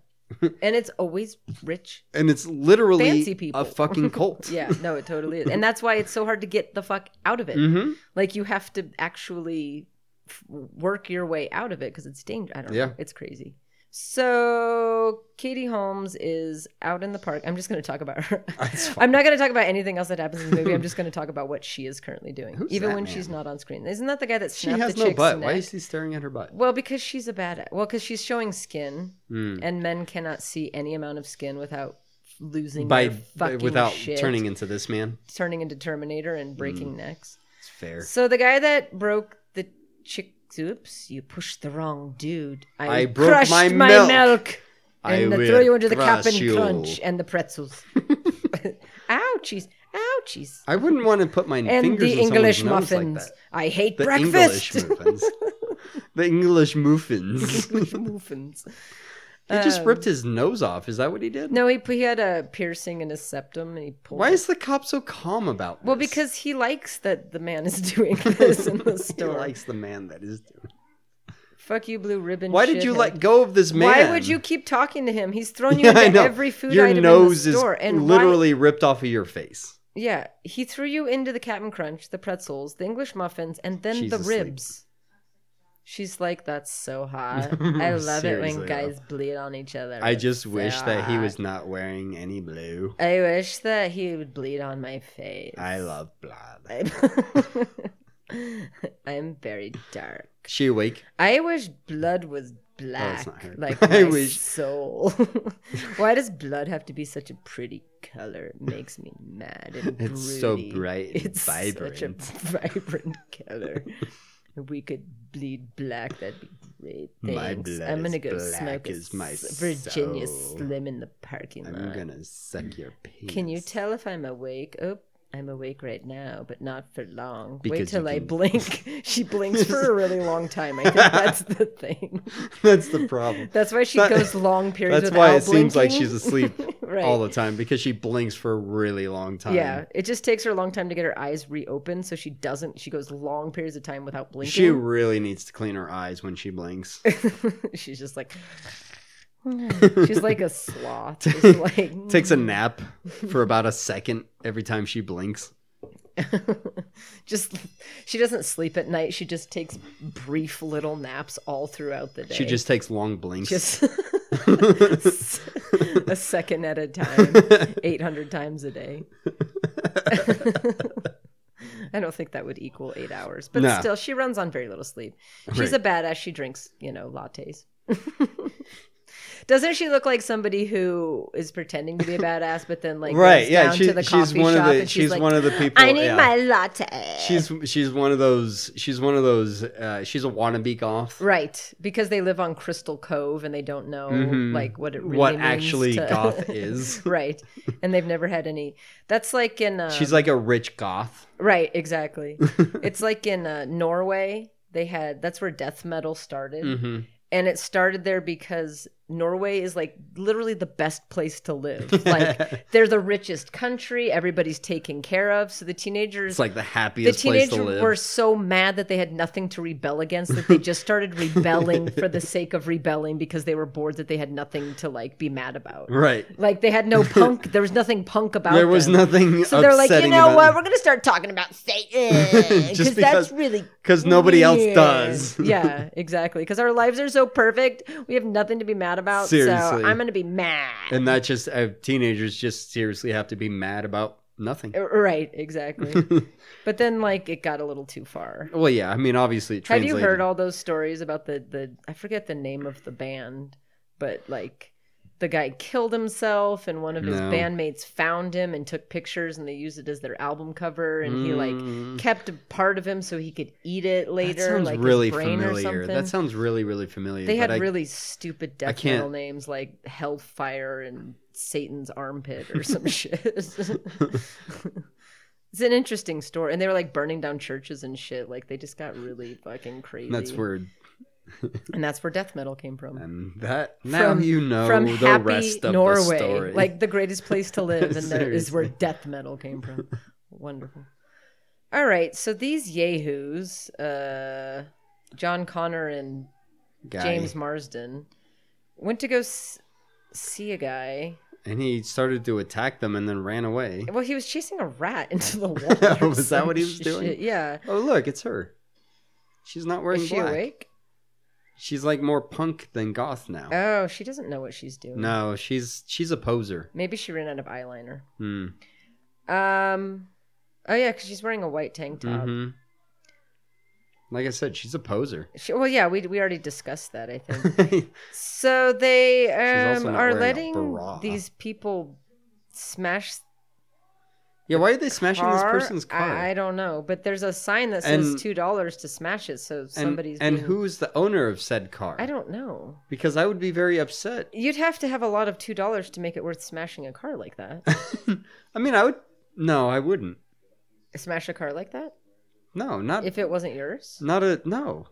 E: and it's always rich.
F: and it's literally
E: Fancy people.
F: a fucking cult
E: Yeah, no, it totally is. And that's why it's so hard to get the fuck out of it.
F: Mm-hmm.
E: Like you have to actually f- work your way out of it because it's dangerous. I don't
F: Yeah.
E: know. It's crazy. So Katie Holmes is out in the park. I'm just going to talk about her. I'm not going to talk about anything else that happens in the movie. I'm just going to talk about what she is currently doing,
F: Who's
E: even
F: that
E: when she's
F: man?
E: not on screen. Isn't that the guy that
F: she
E: snapped
F: has
E: the
F: no
E: chick's
F: butt
E: neck?
F: why is he staring at her butt
E: Well, because she's a bad. Well, because she's showing skin,
F: Hmm. Mm-hmm.
E: and men cannot see any amount of skin without losing
F: by
E: their fucking
F: without
E: shit,
F: turning into this man
E: turning into Terminator
F: Hmm.
E: and breaking necks.
F: it's fair
E: So the guy that broke the chick. Oops, you pushed the wrong dude.
F: I
E: I,
F: broke
E: crushed
F: my
E: my,
F: milk.
E: milk. and
F: I
E: I threw
F: will
E: you into the cup
F: crush
E: and
F: you.
E: crunch and the pretzels. Ouchies! Ouchies!
F: I wouldn't want to put my
E: And
F: fingers
E: the
F: in
E: English
F: someone's nose like
E: muffins.
F: that.
E: I hate
F: The
E: breakfast.
F: English muffins. the English muffins.
E: English muffins.
F: he just ripped his nose off. Is that what he did?
E: Um, No, he he had a piercing in his septum, and he pulled.
F: Why
E: it.
F: is the cop so calm about
E: well
F: this?
E: because he likes that the man is doing this in the
F: he
E: store.
F: likes the man that is doing.
E: Fuck you, blue ribbon.
F: Why did you
E: shithead.
F: let go of this man?
E: Why would you keep talking to him? He's thrown you
F: Yeah, I
E: into
F: know.
E: every food
F: Your
E: item
F: nose
E: in the store,
F: is
E: and why-
F: literally ripped off of your face.
E: yeah, he threw you into the Captain Crunch, the pretzels, the English muffins, and then
F: She's
E: the
F: asleep.
E: ribs. She's like, "That's so hot. I love it
F: Seriously,
E: when
F: though.
E: guys bleed on each other.
F: I
E: It's
F: just
E: so
F: wish that he
E: hot.
F: was not wearing any blue.
E: I wish that he would bleed on my face.
F: I love blood.
E: I'm, I'm very dark.
F: She awake?
E: I wish blood was black,
F: Oh, not her.
E: like
F: I
E: my
F: wish.
E: soul. Why does blood have to be such a pretty color? It makes me mad and
F: It's so
E: broody.
F: bright and
E: It's
F: vibrant.
E: such a vibrant color. if we could bleed black, that'd be great. Thanks.
F: My blood
E: I'm
F: is
E: gonna go
F: black
E: smoke a
F: as my
E: s- Virginia
F: soul.
E: Slim in the parking lot.
F: I'm gonna suck your penis.
E: Can you tell if I'm awake? Oh, I'm awake right now, but not for long. Wait
F: Because you
E: till I
F: can-
E: blink. she blinks for a really long time. I think that's the thing.
F: That's the problem.
E: That's why she
F: That-
E: goes long periods.
F: That's why it
E: without
F: seems like
E: blinking.
F: she's asleep
E: Right.
F: all the time because she blinks for a really long time.
E: Yeah, it just takes her a long time to get her eyes reopened, so she doesn't. She goes long periods of time without blinking.
F: She really needs to clean her eyes when she blinks.
E: she's just like, she's like a sloth. Just like
F: Takes a nap for about a second every time she blinks.
E: just she doesn't sleep at night. She just takes brief little naps all throughout the day.
F: She just takes long blinks.
E: just a second at a time, 800 times a day. I don't think that would equal eight hours, but
F: No.
E: still, she runs on very little sleep. She's a badass. She drinks, you know, lattes. Doesn't she look like somebody who is pretending to be a badass, but then like
F: Right,
E: goes
F: yeah,
E: down
F: she-
E: to the
F: she's
E: coffee
F: one of
E: shop
F: the-
E: and she's,
F: she's
E: like,
F: one of the people-
E: I need
F: yeah.
E: my latte.
F: she's she's one of those she's one of those uh, she's a wannabe goth.
E: right because they live on Crystal Cove and they don't know like what it really
F: Mm-hmm. what
E: means
F: actually
E: to-
F: goth is.
E: right and they've never had any that's like in uh
F: She's like a rich goth.
E: right exactly it's like in uh norway they had that's where death metal started
F: Mhm.
E: and it started there because norway is like literally the best place to live like they're the richest country everybody's taken care of so the teenagers
F: It's like the
E: the
F: happiest place
E: teenagers
F: to live.
E: were so mad that they had nothing to rebel against that they just started rebelling for the sake of rebelling because they were bored that they had nothing to like be mad about
F: Right.
E: like they had no punk. there was nothing punk about.
F: There was
E: them.
F: nothing
E: So they're like, you
F: upsetting
E: know
F: about-
E: what? We're gonna start talking about Satan
F: Just
E: because that's
F: because-
E: really
F: Because nobody else
E: weird."
F: does.
E: yeah, exactly. Because our lives are so perfect, we have nothing to be mad about.
F: Seriously.
E: So I'm gonna be mad.
F: And that just uh, teenagers just seriously have to be mad about nothing.
E: right, exactly. but then, like, it got a little too far.
F: Well, yeah. I mean, obviously, it
E: Have you
F: translated.
E: heard all those stories about the the I forget the name of the band, but like the guy killed himself and one of his
F: No.
E: bandmates found him and took pictures and they used it as their album cover and he like kept a part of him so he could eat it later
F: Mm. that sounds
E: like his
F: really
E: brain or
F: familiar.
E: something.
F: That sounds really, really familiar.
E: they
F: but
E: had
F: I-
E: really stupid death
F: can't-
E: metal names like Hellfire and Satan's armpit or some shit. It's an interesting story, and they were like burning down churches and shit. Like they just got really fucking crazy.
F: That's weird.
E: And that's where death metal came from.
F: And that now
E: From-
F: you know
E: from
F: the
E: happy
F: rest of the
E: Norway,
F: story.
E: like the greatest place to live, and that is where
F: Seriously.
E: death metal came from. Wonderful. All right, so these yahoos, uh, John Connor and
F: Guy.
E: James Marsden, went to go s- see a guy.
F: and he started to attack them and then ran away.
E: Well, he was chasing a rat into the wall. or
F: Was that
E: some
F: what he was
E: shit.
F: doing?
E: Yeah.
F: Oh look, it's her. She's not wearing
E: Is she
F: black.
E: awake?
F: She's like more punk than goth now.
E: Oh, she doesn't know what she's doing.
F: no, she's she's a poser.
E: Maybe she ran out of eyeliner.
F: Hmm.
E: Um. Oh yeah, because she's wearing a white tank top.
F: Mhm.
E: Mm-hmm.
F: Like I said, she's a poser.
E: She, well, yeah, we we already discussed that. I think so. They um,
F: also not
E: are
F: wearing a
E: letting
F: bra.
E: these people smash
F: yeah, why are they smashing this
E: car.
F: person's car?
E: I, I don't know, but there's a sign that says
F: And-
E: two dollars to smash it. So
F: and,
E: somebody's
F: and
E: being-
F: who's the owner of said car?
E: I don't know.
F: because I would be very upset.
E: You'd have to have a lot of two dollars to make it worth smashing a car like that.
F: I mean, I would. No, I wouldn't.
E: smash a car like that
F: No, not
E: if it wasn't yours.
F: not a no,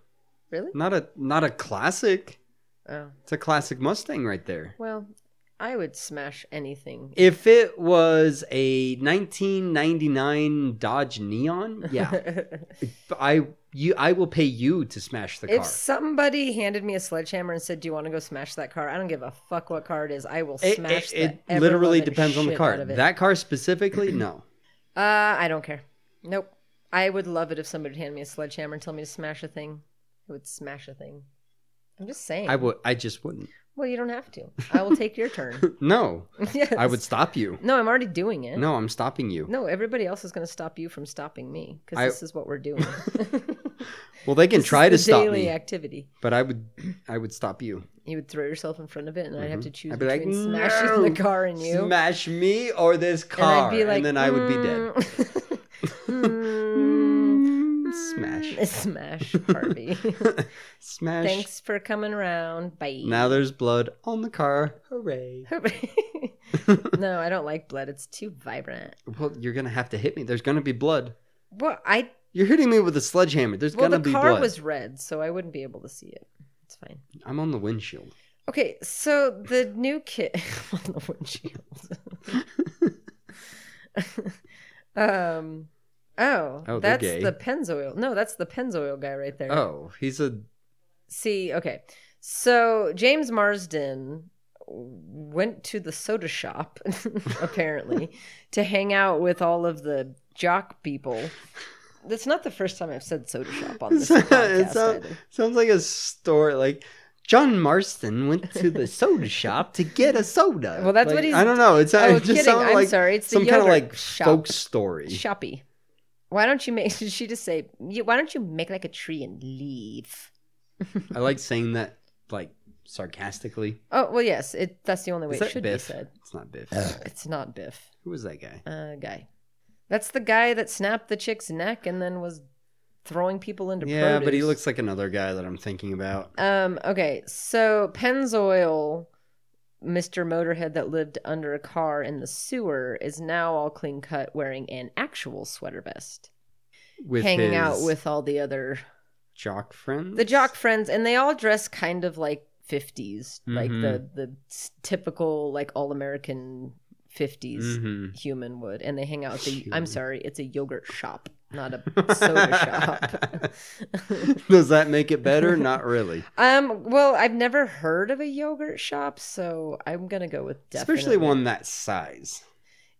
E: Really?
F: not a not a classic.
E: Oh
F: It's a classic Mustang right there.
E: well, I would smash anything.
F: If it was a 1999 Dodge Neon, yeah, I you I will pay you to smash the
E: If
F: car.
E: somebody handed me a sledgehammer and said, "Do you want to go smash that car?" I don't give a fuck what car it is. I will
F: It,
E: smash
F: it, it
E: the
F: literally
E: ever-loving
F: depends on the
E: shit out
F: car.
E: of it.
F: That car specifically, no.
E: uh, I don't care. Nope. I would love it if somebody would hand me a sledgehammer and tell me to smash a thing. I would smash a thing. I'm just saying.
F: I would. I just wouldn't.
E: well, you don't have to. I will take your turn.
F: No,
E: yes.
F: I would stop you.
E: No, I'm already doing it.
F: No, I'm stopping you.
E: No, everybody else is going to stop you from stopping me because
F: I-
E: this is what we're doing.
F: Well, they can try to
E: It's a
F: stop
E: daily
F: me,
E: activity.
F: but I would, I would stop you.
E: You would throw yourself in front of it, and I'd have to choose
F: Mm-hmm. I'd be like, "Mm,
E: between smashing
F: "No!
E: the car and you.
F: Smash me or this
E: and
F: car,
E: I'd
F: and,
E: be like,
F: then I would be dead.
E: "Mm." Mm.
F: Smash,
E: Smash Harvey.
F: smash.
E: Thanks for coming around. Bye.
F: Now there's blood on the car. Hooray!
E: no, I don't like blood. It's too vibrant.
F: Well, you're gonna have to hit me. There's gonna be blood.
E: Well, I
F: You're hitting me with a sledgehammer. There's
E: well
F: gonna
E: the
F: be
E: car
F: blood.
E: was red, so I wouldn't be able to see it. It's fine.
F: I'm on the windshield.
E: Okay, so the new kid on the windshield. um, oh,
F: Oh, they're
E: that's
F: gay.
E: the Pennzoil. No, that's the Pennzoil guy right there.
F: Oh, he's a
E: See, okay, so James Marsden went to the soda shop apparently to hang out with all of the jock people. That's not the first time I've said soda shop on this
F: it
E: podcast.
F: sound-
E: either.
F: sounds like a story. Like John Marston went to the soda shop to get a soda.
E: Well, that's
F: Like,
E: what he's-
F: I don't know. It's
E: Oh,
F: it just
E: kidding.
F: sounds
E: I'm
F: like
E: sorry. It's the
F: some kind of
E: yogurt
F: like
E: shop.
F: folk story.
E: Shoppy. Why don't you make? She just say, "You- "Why don't you make like a tree and leave?"
F: I like saying that like sarcastically.
E: Oh well, yes. It that's the only way
F: Is
E: it
F: that
E: should
F: Biff?
E: be said.
F: It's not Biff.
E: It's not Biff.
F: Who was that guy?
E: Uh, guy. That's the guy that snapped the chick's neck and then was throwing people into.
F: Yeah, but he
E: produce.
F: looks like another guy that I'm thinking about.
E: Um. Okay. So Pennzoil, Mister Motorhead that lived under a car in the sewer, is now all clean cut, wearing an actual sweater vest,
F: With
E: hanging out
F: his
E: with all the other
F: jock friends.
E: the jock friends and they all dress kind of like 50s like
F: Mhm.
E: the the s- typical like all american 50s
F: Mhm.
E: human would and they hang out at the
F: Human.
E: i'm sorry it's a yogurt shop not a soda shop
F: Does that make it better? Not really.
E: um well i've never heard of a yogurt shop so i'm gonna go with definitely.
F: Especially one that size.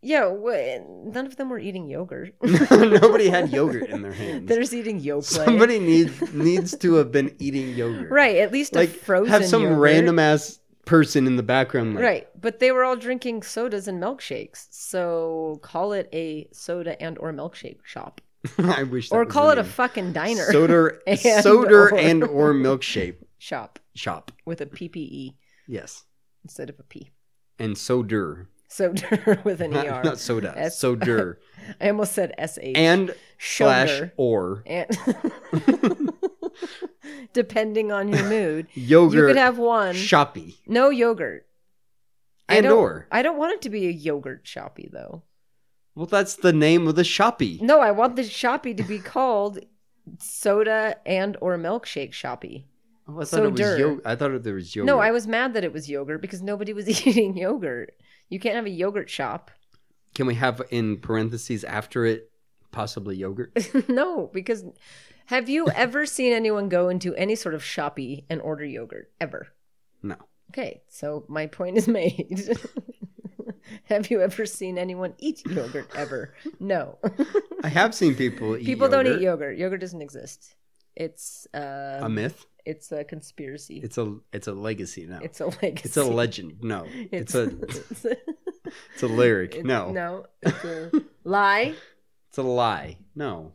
E: yeah w- none of them were eating yogurt
F: Nobody had yogurt in their hands.
E: they're just eating yogurt
F: Somebody needs needs to have been eating yogurt.
E: right at least
F: Like
E: a frozen
F: have some
E: yogurt.
F: random ass person in the background like
E: right but they were all drinking sodas and milkshakes so call it a soda and or milkshake shop
F: I wish that
E: or
F: was
E: call
F: the
E: it a
F: name.
E: fucking diner
F: soda
E: and
F: soda
E: or-
F: and or milkshake
E: shop
F: shop.
E: with a ppe
F: Yes.
E: instead of a p
F: And soder.
E: soda with an
F: Not,
E: er
F: not soda.
E: S-
F: soder.
E: i almost said sh
F: And slash
E: Shoulder.
F: or
E: And- depending on your mood
F: yogurt
E: you could have one
F: shoppy.
E: no yogurt I
F: And
E: don't-
F: or.
E: i don't want it to be a yogurt shoppy though
F: Well that's the name of the shoppy.
E: No, I want the shoppy to be called soda and or milkshake shoppy.
F: Oh, I thought it was
E: Soder.
F: yo- I thought there was yogurt.
E: No, I was mad that it was yogurt because nobody was eating yogurt. You can't have a yogurt shop.
F: Can we have in parentheses after it possibly yogurt?
E: no, because have you ever seen anyone go into any sort of shoppy and order yogurt ever?
F: No.
E: Okay, so my point is made. have you ever seen anyone eat yogurt ever? No.
F: I have seen people eat
E: People don't eat yogurt. Yogurt doesn't exist. It's uh,
F: A myth.
E: it's a conspiracy.
F: Um, It's a it's a legacy now. It's,
E: It's a legacy.
F: a legend. No. It's, a
E: it's a,
F: it's a lyric. no.
E: no, it's a lie.
F: It's a lie. No.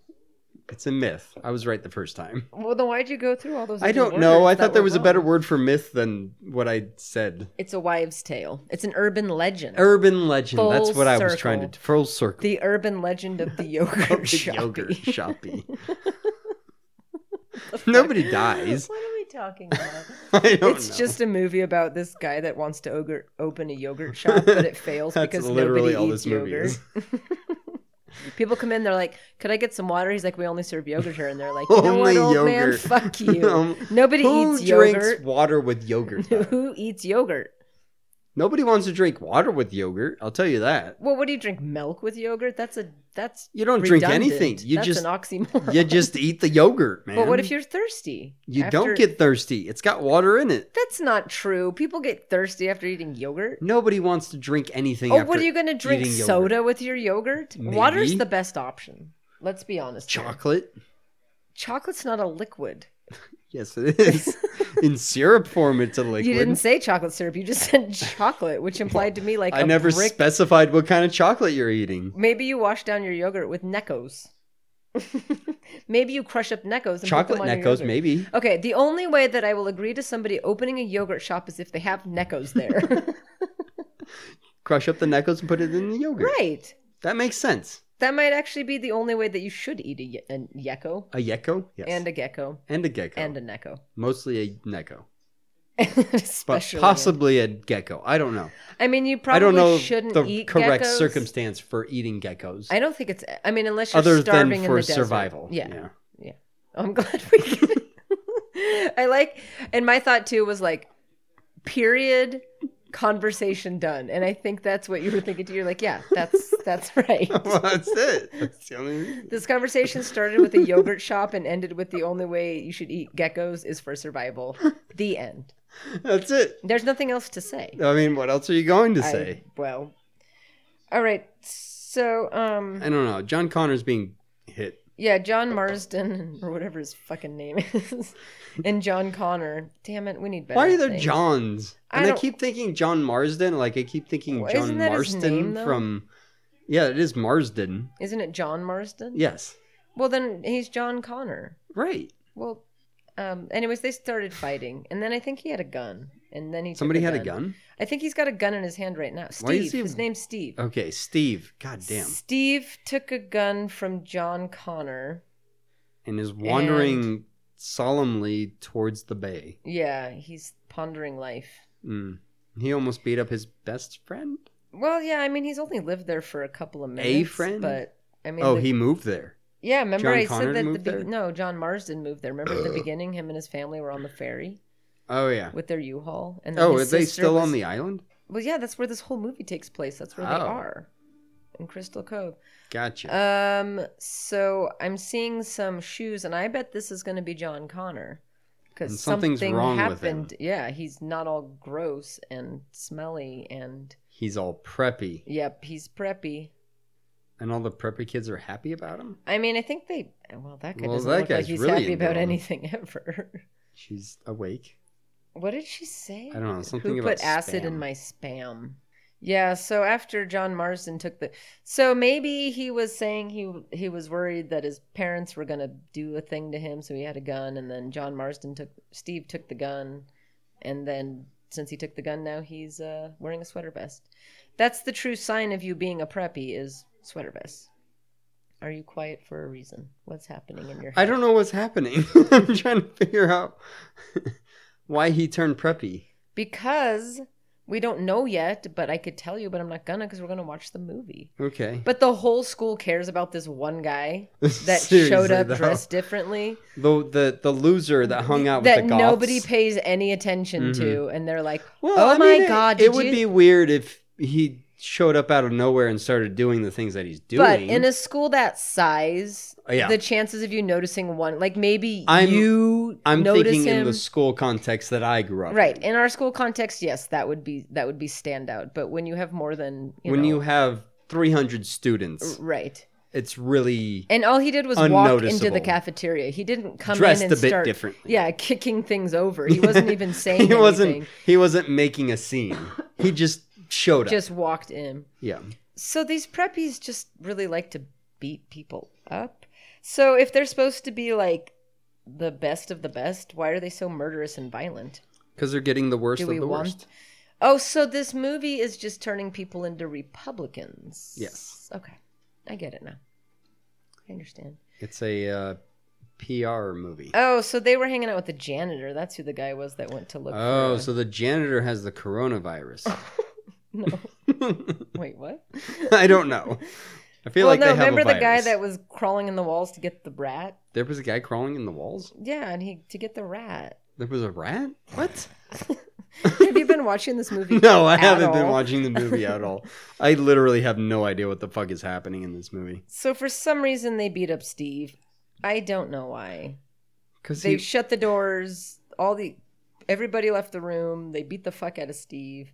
F: It's a myth. I was right the first time.
E: Well, then why'd you go through all those?
F: I don't
E: different
F: know.
E: words
F: I
E: that
F: thought there
E: were
F: was a better
E: wrong?
F: word for myth than what I said.
E: It's a wives' tale. It's an urban legend.
F: Urban legend. That's
E: Full
F: what I was trying
E: circle.
F: to full circle.
E: the urban legend of the yogurt
F: of the
E: shoppy.
F: yogurt shoppy. Nobody dies.
E: What are we talking about?
F: I don't
E: it's
F: know.
E: just a movie about this guy that wants to ogre, open a yogurt shop, but it fails
F: That's
E: because
F: literally
E: nobody
F: all
E: eats
F: this movie
E: yogurt.
F: is.
E: People come in, they're like, "Could I get some water?" He's like, "We only serve yogurt here," and they're like, "You know what,
F: Only
E: old man?
F: yogurt.
E: Fuck you.
F: Um,
E: nobody
F: Who
E: eats
F: drinks
E: yogurt.
F: water with yogurt?
E: Who eats yogurt?
F: Nobody wants to drink water with yogurt. I'll tell you that.
E: Well, what do you drink? Milk with yogurt? That's a that's
F: You don't drink
E: redundant.
F: anything. You
E: that's
F: just-
E: an oxymoron.
F: You just eat the yogurt, man.
E: but what if you're thirsty?
F: You
E: After-
F: don't get thirsty. It's got water in it.
E: That's not true. People get thirsty after eating yogurt.
F: Nobody wants to drink anything.
E: Oh,
F: after
E: what are you going to drink?
F: eating yogurt.
E: Soda with your yogurt? Water's
F: Maybe.
E: the best option. Let's be honest. here.
F: Chocolate?
E: Chocolate's not a liquid.
F: Yes, it is. in syrup form, it's a liquid.
E: You didn't say chocolate syrup. You just said chocolate, which implied to me like
F: I
E: a
F: never
E: brick.
F: specified what kind of chocolate you're eating.
E: Maybe you wash down your yogurt with Neckos. Maybe you crush up Neckos and
F: Chocolate
E: put them on your
F: Neckos,
E: yogurt.
F: maybe.
E: Okay, the only way that I will agree to somebody opening a yogurt shop is if they have Neckos there.
F: Crush up the Neckos and put it in the yogurt.
E: right.
F: That makes sense.
E: That might actually be the only way that you should eat a, ye- a Yekko
F: A Yekko? Yes.
E: and a gecko
F: and a gecko.
E: and a Necko.
F: Mostly a Necko. But
E: Especially.
F: possibly a gecko. I don't know.
E: I mean, you probably
F: I don't know
E: shouldn't
F: the
E: eat
F: correct
E: geckos.
F: circumstance for eating geckos.
E: I don't think it's. I mean, unless you're
F: other
E: starving
F: than
E: in
F: for
E: the desert.
F: survival.
E: Yeah. I'm glad we. Could. I like, and my thought too was like, period, conversation done. And I think that's what you were thinking too. You're like, yeah, that's that's right.
F: well, that's it. That's the only reason.
E: This conversation started with a yogurt shop and ended with the only way you should eat geckos is for survival. The end.
F: That's it.
E: There's nothing else to say.
F: I mean, what else are you going to
E: I-
F: say?
E: well, all right. So, um,
F: I, don't know. John Connor's being hit.
E: yeah, John Marsden or whatever his fucking name is, and John Connor. Damn it, we need better.
F: Why are there
E: names.
F: Johns?
E: I
F: And I,
E: don't-
F: keep thinking John Marsden. Like I keep thinking
E: Well,
F: John
E: isn't that his
F: Marston
E: name, though?
F: from. Yeah, it is Marsden.
E: Isn't it John Marsden?
F: Yes.
E: Well, then he's John Connor.
F: Right.
E: Well, um, anyways, they started fighting, and then I think he had a gun, and then he took
F: Somebody
E: the
F: had a gun.
E: I think he's got a gun in his hand right now.
F: Why is
E: Steve.
F: he-
E: His name's Steve.
F: Okay, Steve. God damn.
E: Steve took a gun from John Connor.
F: And is wandering solemnly towards the bay.
E: Yeah, he's pondering life.
F: Mm. He almost beat up his best friend.
E: Well, yeah, I mean, he's only lived there for a couple of minutes.
F: friend?
E: but I mean,
F: oh,
E: the-
F: he moved there.
E: Yeah, remember
F: John
E: I
F: Connor
E: said that the
F: moved there?
E: be- no, John Marsden moved there. Remember at the beginning, him and his family were on the ferry
F: Oh yeah.
E: with their U-Haul, and then
F: Oh, are
E: his
F: they
E: sister
F: still
E: was-
F: on the island?
E: Well, yeah, that's where this whole movie takes place. That's where they
F: Oh.
E: are in Crystal Cove.
F: Gotcha.
E: Um, so I'm seeing some shoes, and I bet this is going to be John Connor
F: And
E: because
F: something's
E: something
F: wrong with
E: happened. Yeah, he's not all gross and smelly, and
F: He's all preppy,
E: yep, he's preppy.
F: and all the preppy kids are happy about him.
E: I mean, I think they. Well, that guy
F: Well,
E: doesn't
F: that
E: look like
F: guy's
E: he's
F: really
E: happy about
F: into him.
E: anything ever.
F: She's awake.
E: What did she say?
F: I don't know, something
E: Who
F: about
E: put acid
F: spam.
E: in my spam? Yeah, so after John Marsden took the so maybe he was saying he he was worried that his parents were going to do a thing to him so he had a gun and then John Marsden took Steve took the gun and then since he took the gun now he's uh, wearing a sweater vest. That's the true sign of you being a preppy is sweater vests. Are you quiet for a reason? What's happening in your head?
F: I don't know what's happening. I'm trying to figure out why he turned preppy.
E: because we don't know yet but i could tell you but i'm not gonna because we're gonna watch the movie
F: Okay.
E: but the whole school cares about this one guy that
F: Seriously,
E: showed up
F: though.
E: dressed differently
F: The the the loser that hung out with
E: that
F: the goths. Mm-hmm.
E: nobody pays any attention to and they're like
F: Well,
E: oh
F: I
E: my
F: mean, it-
E: god
F: It,
E: did
F: would
E: you-"
F: be weird if he showed up out of nowhere and started doing the things that he's doing.
E: but in a school that size
F: Oh, yeah.
E: the chances of you noticing one like maybe
F: I'm-
E: you
F: I'm
E: notice
F: thinking
E: him
F: in the school context that I grew up.
E: right in our school context yes that would be that would be standout but when you have more than you
F: when
E: know,
F: you have 300 students,
E: right
F: it's really
E: And all he did was walk into
F: Unnoticeable.
E: the cafeteria. He didn't come
F: Dressed
E: in
F: a
E: and
F: bit
E: start,
F: differently.
E: Yeah, kicking things over. He wasn't even saying
F: he wasn't
E: anything.
F: he wasn't making a scene. He just showed up.
E: Just walked in.
F: yeah.
E: So these preppies just really like to beat people up. So if they're supposed to be like the best of the best, why are they so murderous and violent?
F: Cuz they're getting the worst
E: Do
F: of
E: we
F: the
E: want-
F: worst.
E: Oh, so this movie is just turning people into Republicans.
F: Yes.
E: Okay. I get it now. I understand.
F: It's a uh, PR movie.
E: Oh, so they were hanging out with the janitor. That's who the guy was that went to look for.
F: Oh,
E: uh,
F: so the janitor has the coronavirus.
E: Wait, what?
F: I don't know. I feel
E: well,
F: like
E: no,
F: they have
E: remember
F: a
E: the guy
F: virus.
E: that was crawling in the walls to get the rat?
F: There was a guy crawling in the walls?
E: Yeah, and he to get the rat.
F: There was a rat? What?
E: Have you been watching this movie?
F: No, I
E: at
F: haven't been
E: all?
F: watching the movie at all. I literally have no idea what the fuck is happening in this movie.
E: So for some reason they beat up Steve. I don't know why.
F: Cuz
E: They
F: he
E: shut the doors. All the everybody left the room. They beat the fuck out of Steve,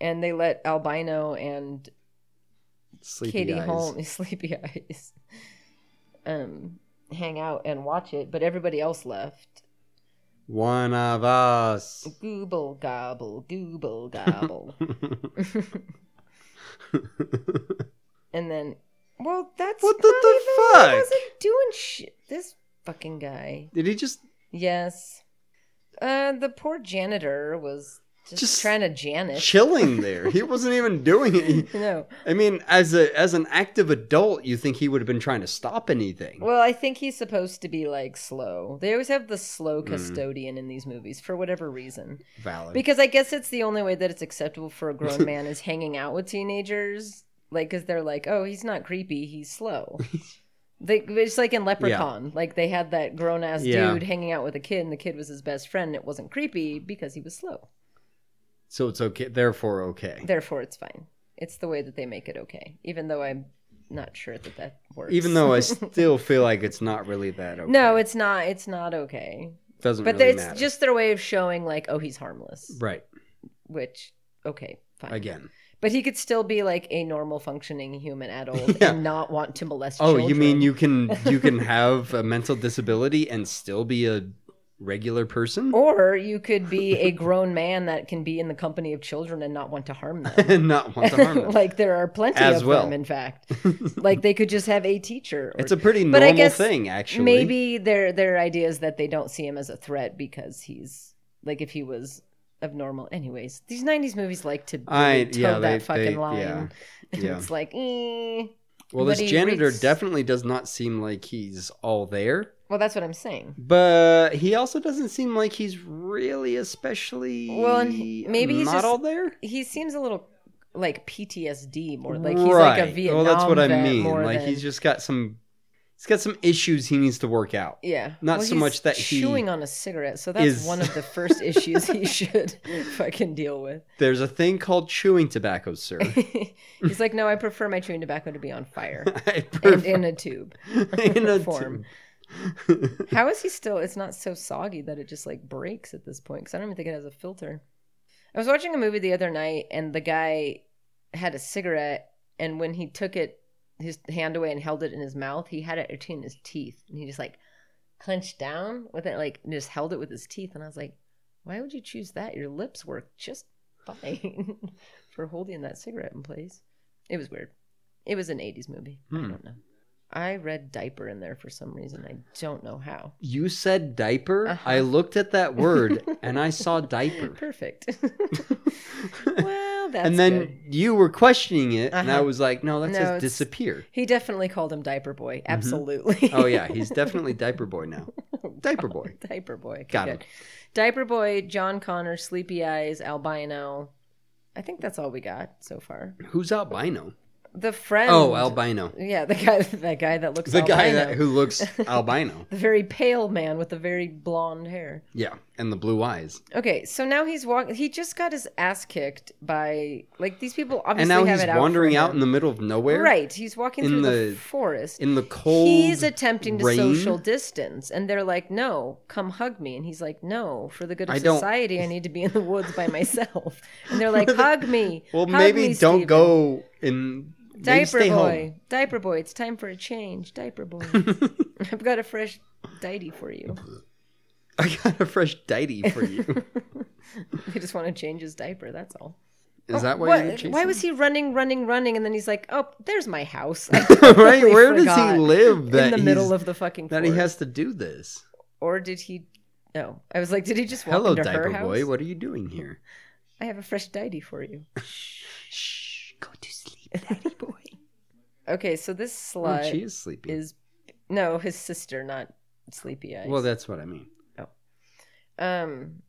E: and they let Albino and
F: sleepy
E: Katie
F: eyes.
E: Holmes, Sleepy Eyes, um, hang out and watch it. But everybody else left.
F: One of us.
E: Gooble gobble, gooble gobble. and then, well, that's
F: What
E: not
F: the, the
E: even- it
F: fuck?
E: wasn't doing shit. This fucking guy.
F: Did he just
E: Yes. Uh, the poor janitor was just,
F: Just
E: trying to janet.
F: chilling there? he wasn't even doing it. He-
E: no.
F: I mean, as a as an active adult, you think he would have been trying to stop anything?
E: Well, I think he's supposed to be like slow. They always have the slow
F: Mm.
E: custodian in these movies for whatever reason.
F: Valid.
E: Because I guess it's the only way that it's acceptable for a grown man is hanging out with teenagers. Like, because they're like, oh, he's not creepy, he's slow. they, it's like in Leprechaun. Like, they had that grown ass
F: Yeah.
E: dude hanging out with a kid, and the kid was his best friend, and it wasn't creepy because he was slow.
F: so it's okay. Therefore, okay.
E: Therefore, it's fine. It's the way that they make it okay, even though I'm not sure that that works.
F: Even though I still feel like it's not really that okay.
E: No, it's not. It's not okay.
F: doesn't
E: But
F: really
E: it's
F: matter.
E: just their way of showing, like, oh, he's harmless.
F: right
E: Which, okay, fine.
F: again.
E: But he could still be like a normal functioning human adult
F: Yeah.
E: and not want to molest.
F: Oh, you
E: children.
F: mean you can you can have a mental disability and still be a regular person
E: Or you could be a grown man that can be in the company of children and not want to harm them.
F: and not want to harm them?
E: like there are plenty
F: As
E: of
F: well.
E: them, in fact. like they could just have a teacher. Or
F: it's a pretty
E: But I
F: normal
E: guess
F: thing, actually.
E: Maybe their their idea is that they don't see him as a threat because he's like if he was abnormal. Anyways, these '90s movies like to
F: I-
E: really toe
F: yeah,
E: that
F: they-
E: fucking
F: they-
E: line.
F: yeah.
E: And
F: Yeah.
E: It's like, eh.
F: Well,
E: but
F: this
E: he
F: janitor
E: reeks-
F: definitely does not seem like he's all there,
E: well, that's what I'm saying.
F: but he also doesn't seem like he's really especially
E: Well, and he- maybe he's
F: not
E: just-
F: all there.
E: He seems a little like PTSD more. Like he's like a Vietnam.
F: Well, that's what I
E: vet
F: mean.
E: More
F: Like
E: than,
F: he's just got some, he's got some issues he needs to work out.
E: yeah.
F: not
E: Well,
F: so
E: he's
F: much that he
E: chewing on a cigarette. So that's
F: is-
E: one of the first issues he should fucking deal with.
F: There's a thing called chewing tobacco, sir.
E: he's like, no, I prefer my chewing tobacco to be on fire
F: I
E: and
F: prefer-
E: in a tube.
F: in a
E: form.
F: tube.
E: How is he still? It's not so soggy that it just like breaks at this point because I don't even think it has a filter. I was watching a movie the other night and the guy had a cigarette, and when he took it, his hand away and held it in his mouth, he had it between his teeth, and he just like clenched down with it, like and just held it with his teeth. And I was like, why would you choose that? Your lips work just fine for holding that cigarette in place. It was weird. It was an 80s movie. I don't know. I read diaper in there for some reason. I don't know how.
F: You said diaper.
E: Uh-huh.
F: I looked at that word and I saw diaper.
E: Perfect. well, that's
F: and then
E: good.
F: you were questioning it, and I
E: Uh-huh.
F: was like, "No, that
E: No,
F: says
E: it's-
F: disappear."
E: He definitely called him diaper boy. Absolutely.
F: Mm-hmm. Oh yeah, he's definitely diaper boy now. Diaper boy.
E: diaper boy. Okay,
F: Got
E: good.
F: him.
E: Diaper boy, John Connor, Sleepy Eyes, albino. I think that's all we got so far.
F: Who's albino?
E: The friend.
F: Oh, albino.
E: Yeah, the guy, that guy that looks
F: The
E: albino.
F: guy that, who looks albino.
E: the very pale man with the very blonde hair.
F: Yeah, and the blue eyes.
E: Okay, so now he's walking. He just got his ass kicked by like these people. Obviously,
F: And now
E: have
F: he's
E: it out
F: wandering
E: for
F: out
E: him.
F: in the middle of nowhere.
E: Right, he's walking
F: In
E: through the,
F: the-
E: forest.
F: In the cold.
E: he's attempting to
F: rain.
E: social distance, and they're like, "No, come hug me," and he's like, "No, for the good of
F: I don't-
E: society, I need to be in the woods by myself." And they're like, "Hug me."
F: Well,
E: hug
F: maybe
E: me,
F: don't
E: Steven."
F: go in. maybe
E: Diaper
F: stay
E: boy,
F: home.
E: diaper boy, it's time for a change. Diaper boy, I've got a fresh diety for you.
F: I got a fresh diety for you.
E: He just want to change his diaper. That's all.
F: Is that why
E: What-
F: you're chasing?
E: why was he running, running, running, and then he's like, "Oh, there's my house." I
F: right?
E: totally
F: Where does
E: forgot
F: he live? That
E: In the
F: he's-
E: middle of the fucking
F: that
E: forest.
F: he has to do this.
E: or did he? No, I was like, did he just walk
F: Hello,
E: into her
F: diaper
E: house?
F: boy. What are you doing here?
E: I have a fresh diety for you.
F: Shh, go to sleep, daddy boy.
E: Okay, so this
F: oh,
E: slut
F: she is sleeping.
E: is no his sister, not Sleepy Eyes.
F: well, that's what I mean.
E: um,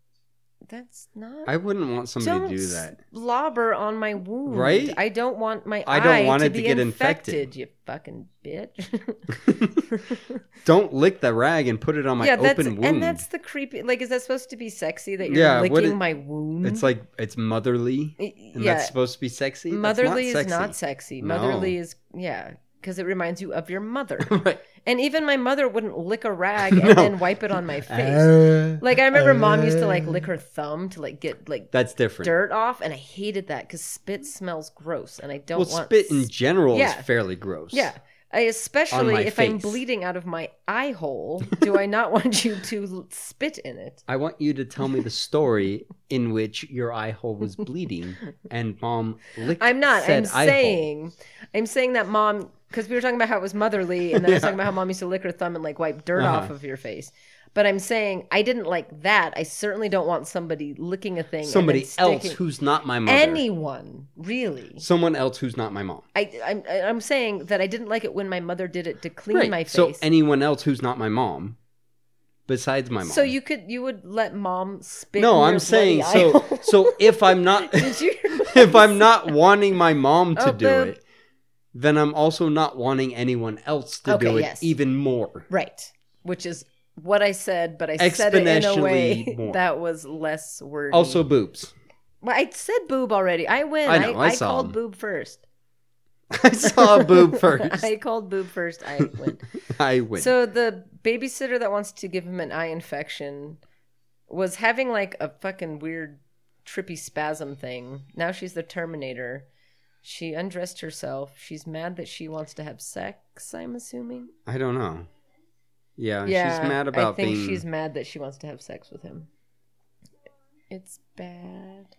E: that's not.
F: I wouldn't want somebody
E: don't
F: to do that.
E: slobber on my wound.
F: Right?
E: I don't want my
F: I don't
E: eye
F: want
E: to
F: it to
E: be
F: get infected.
E: infected. You fucking bitch.
F: Don't lick the rag and put it on my
E: yeah, that's
F: open wound.
E: and that's the creepy. Like, is that supposed to be sexy that you're
F: Yeah, what
E: licking
F: it-
E: my wound?
F: It's like it's motherly,
E: Y-
F: and
E: yeah.
F: that's supposed to be sexy. That's not
E: motherly is
F: sexy.
E: not sexy.
F: No.
E: Motherly is yeah, because it reminds you of your mother.
F: Right.
E: And even my mother wouldn't lick a rag and then wipe it on my face.
F: Uh,
E: like I remember mom used to like lick her thumb to like get like
F: That's different.
E: dirt off, and I hated that because spit smells gross, and I don't
F: well,
E: want
F: spit in general
E: Yeah.
F: is fairly gross.
E: Yeah. I especially
F: my
E: if I'm
F: face.
E: bleeding out of my eye hole, do I not want you to l- spit in it?
F: I want you to tell me the story in which your eye hole was bleeding and mom licked
E: I'm not.
F: said
E: I'm
F: eye hole.
E: saying, I'm saying that mom, because we were talking about how it was motherly, and then I was talking about how mom used to lick her thumb and like wipe dirt
F: Uh-huh.
E: off of your face. But I'm saying I didn't like that. I certainly don't want somebody licking a thing. and then
F: somebody else
E: sticking-
F: who's not my mother.
E: anyone really.
F: Someone else who's not my mom.
E: I, I'm I'm saying that I didn't like it when my mother did it to clean
F: Right.
E: my face.
F: So anyone else who's not my mom, besides my mom.
E: So you could you would let mom spit. in
F: No,
E: your
F: I'm saying
E: bloody eye
F: so.
E: hole?
F: So if I'm not,
E: Did you-
F: if I'm not wanting my mom to
E: Oh,
F: do
E: boo.
F: it, then I'm also not wanting anyone else to do
E: Okay,
F: it
E: yes.
F: even more.
E: Right. Which is what I said, but I said it in a way
F: Exponentially more.
E: that was less wordy.
F: Also, boobs.
E: well, I said boob already. I win.
F: I
E: I,
F: know, I
E: I,
F: saw
E: called
F: him.
E: boob first.
F: I saw a boob first.
E: I called boob first. I win.
F: I win.
E: So the babysitter that wants to give him an eye infection was having like a fucking weird trippy spasm thing. Now she's the Terminator. She undressed herself. She's mad that she wants to have sex, I'm assuming.
F: I don't know. Yeah, Uh, she's mad about
E: I think
F: being.
E: she's mad that she wants to have sex with him. It's bad.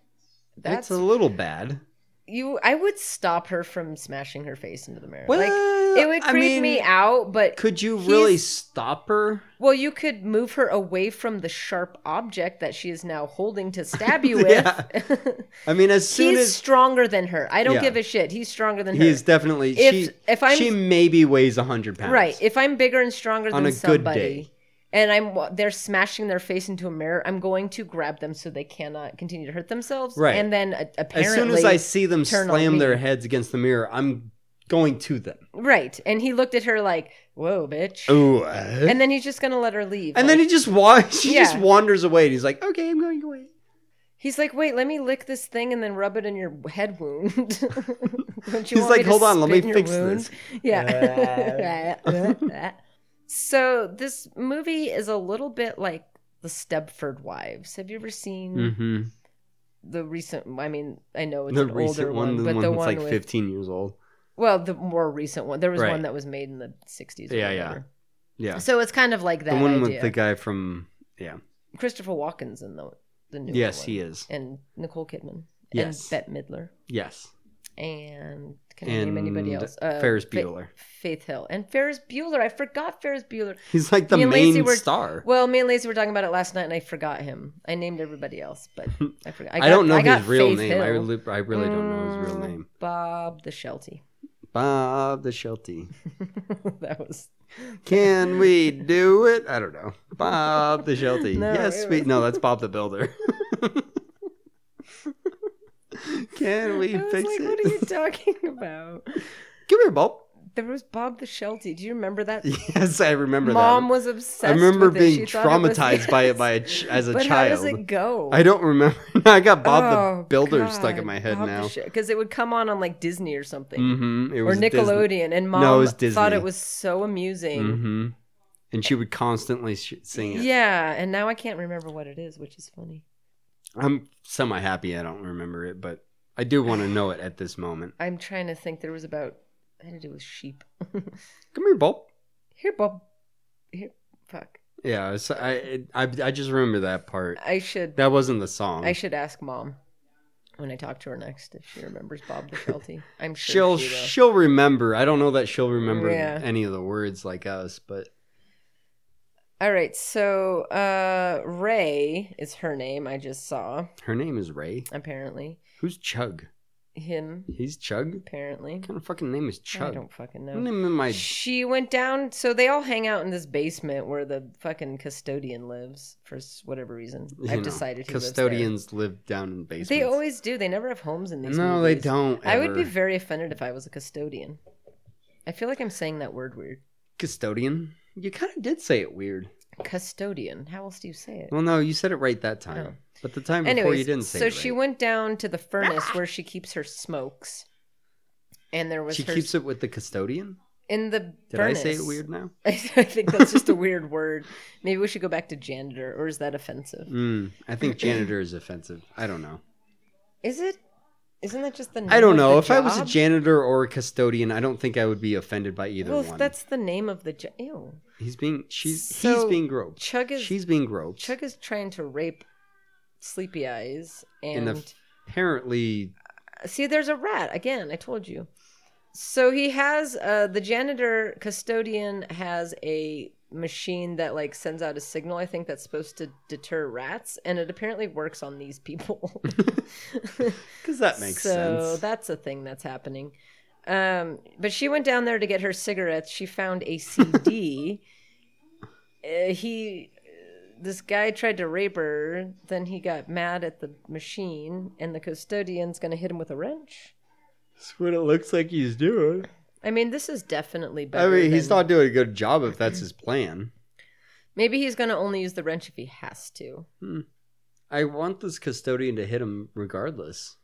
F: that's
E: That's
F: a little bad.
E: you. I would stop her from smashing her face into the mirror.
F: Well,
E: like it would
F: I
E: creep
F: mean,
E: me out. But
F: Could you
E: he's-
F: really stop her?
E: Well, you could move her away from the sharp object that she is now holding to stab you with.
F: Yeah. I mean, as soon
E: He's
F: as
E: stronger than her. I don't
F: Yeah.
E: give a shit. He's stronger than her.
F: He's definitely
E: If-
F: she.
E: if I'm-
F: she maybe weighs hundred pounds.
E: Right. If I'm bigger and stronger
F: On
E: than
F: a good
E: somebody
F: day.
E: and I'm they're smashing their face into a mirror, I'm going to grab them so they cannot continue to hurt themselves.
F: Right.
E: And then uh, apparently
F: as soon as I see them
E: turn on
F: slam
E: me.
F: their heads against the mirror, I'm going to them.
E: Right. And he looked at her like, Whoa, bitch.
F: Ooh.
E: And then he's just gonna let her leave.
F: Oh. and
E: Like,
F: then he just wa- she just
E: Yeah.
F: wanders away. And he's like, "Okay, I'm going away."
E: he's like, Wait, let me lick this thing and then rub it in your head wound. Don't you
F: He's
E: want
F: like,
E: to
F: "Hold on, let
E: spit
F: me
E: in your
F: fix
E: wound?"
F: this."
E: Yeah. so this movie is a little bit like the Stepford Wives. Have you ever seen
F: Mm-hmm.
E: the recent i mean i know it's
F: The
E: an older
F: recent
E: one,
F: one, the
E: but
F: one
E: the
F: that's
E: one
F: like
E: with
F: 15 years old.
E: well the more recent one there was
F: Right.
E: one that was made in the 60s or
F: Yeah, yeah.
E: whatever.
F: Yeah,
E: so it's kind of like that
F: the one
E: idea.
F: with the guy from. Yeah.
E: christopher walken's in the the new
F: Yes, he is.
E: and nicole kidman
F: Yes.
E: and bette midler
F: Yes.
E: and can i
F: And
E: name anybody else Uh,
F: Ferris
E: Fa-
F: Bueller.
E: faith hill and ferris bueller i forgot ferris bueller
F: He's like the
E: Me and Lacey
F: main
E: were-
F: star.
E: well me and lacey were talking about it last night and i forgot him i named everybody else but i forgot
F: I,
E: got-
F: don't know
E: I got
F: his real
E: Faith
F: name. I
E: Hill. Mm.
F: really, I really don't know his real name.
E: bob the sheltie
F: Bob the Sheltie.
E: that was
F: Can we do it? I don't know. Bob the Sheltie.
E: No,
F: yes,
E: it
F: we.
E: was-
F: No, that's Bob the Builder. Can we
E: I was
F: fix
E: like,
F: it?
E: what are you talking about?
F: Come here, Bob.
E: There was Bob the Sheltie. Do you remember that?
F: Yes, I remember
E: Mom
F: that.
E: was obsessed.
F: I remember
E: with it. She
F: being
E: thought was-
F: traumatized by it by a ch- as a
E: but How
F: child.
E: does it go? Oh,
F: I don't remember. I got Bob the Builder stuck in my head now.
E: because it would come on on like Disney or something
F: mm-hmm. It
E: or
F: was
E: Nickelodeon, and mom
F: No, it was
E: thought
F: Disney.
E: it was so amusing.
F: Mm-hmm. And she would constantly sh- sing it.
E: Yeah, and now I can't remember what it is, which is funny.
F: I'm semi happy I don't remember it, but I do want to know it at this moment.
E: I'm trying to think. There was about I had to do with sheep.
F: Come here, Bob.
E: Here, Bob. Here, fuck.
F: Yeah, so I, it- I I just remember that part.
E: I should
F: That wasn't the song.
E: I should ask mom when I talk to her next if she remembers Bob the Sheltie. I'm
F: she'll
E: sure she will.
F: she'll remember. I don't know that she'll remember
E: Yeah.
F: any of the words like us, but
E: All right, so uh, Ray is her name. I just saw
F: her name is Ray.
E: apparently
F: Who's Chug?
E: him.
F: He's Chug.
E: Apparently,
F: What kind of fucking name is
E: I
F: Chug?
E: don't fucking
F: What
E: know.
F: name am my
E: She went down, so they all hang out in this basement where the fucking custodian lives for s- whatever reason.
F: you
E: I've
F: know,
E: decided he lives there.
F: custodians live down in basements.
E: They always do. They never have homes in these.
F: no, they
E: movies.
F: don't.
E: I would be
F: ever.
E: very offended if I was a custodian. I feel like I'm saying that word weird.
F: custodian. You kind of did say it weird.
E: custodian. How else do you say it?
F: Well, no, you said it right that time,
E: Oh.
F: but the time before
E: Anyways,
F: you didn't say
E: so
F: it.
E: she
F: right.
E: went down to the furnace where she keeps her smokes, and there was
F: she
E: her
F: keeps it with the custodian.
E: in the
F: Did
E: furnace.
F: I say it weird now?
E: I think that's just a weird word. Maybe we should go back to janitor,
F: Hmm,
E: or is that offensive?
F: Mm, I think janitor is offensive. I don't know.
E: Is it? Isn't that just the name
F: I don't
E: of
F: know.
E: the
F: If I was a
E: job?
F: janitor or a custodian, I don't think I would be offended by either
E: Well, if
F: one.
E: that's the name of the job. Ew.
F: He's being she's he's
E: So,
F: being groped.
E: Chug is-
F: she's being groped.
E: Chuck is trying to rape Sleepy Eyes,
F: and
E: and
F: apparently
E: see, there's a rat again. I told you. So he has uh, the janitor custodian has a machine that like sends out a signal. I think that's supposed to deter rats, and it apparently works on these people.
F: because that makes
E: so
F: sense.
E: that's a thing that's happening. Um, but she went down there to get her cigarettes. She found a CD. uh, he, this guy tried to rape her. Then he got mad at the machine, and the custodian's going to hit him with a wrench.
F: That's what it looks like he's doing.
E: I mean, this is definitely
F: I
E: better.
F: mean, he's
E: than-
F: not doing a good job if that's his plan.
E: Maybe he's going to only use the wrench if he has to.
F: I want this custodian to hit him regardless.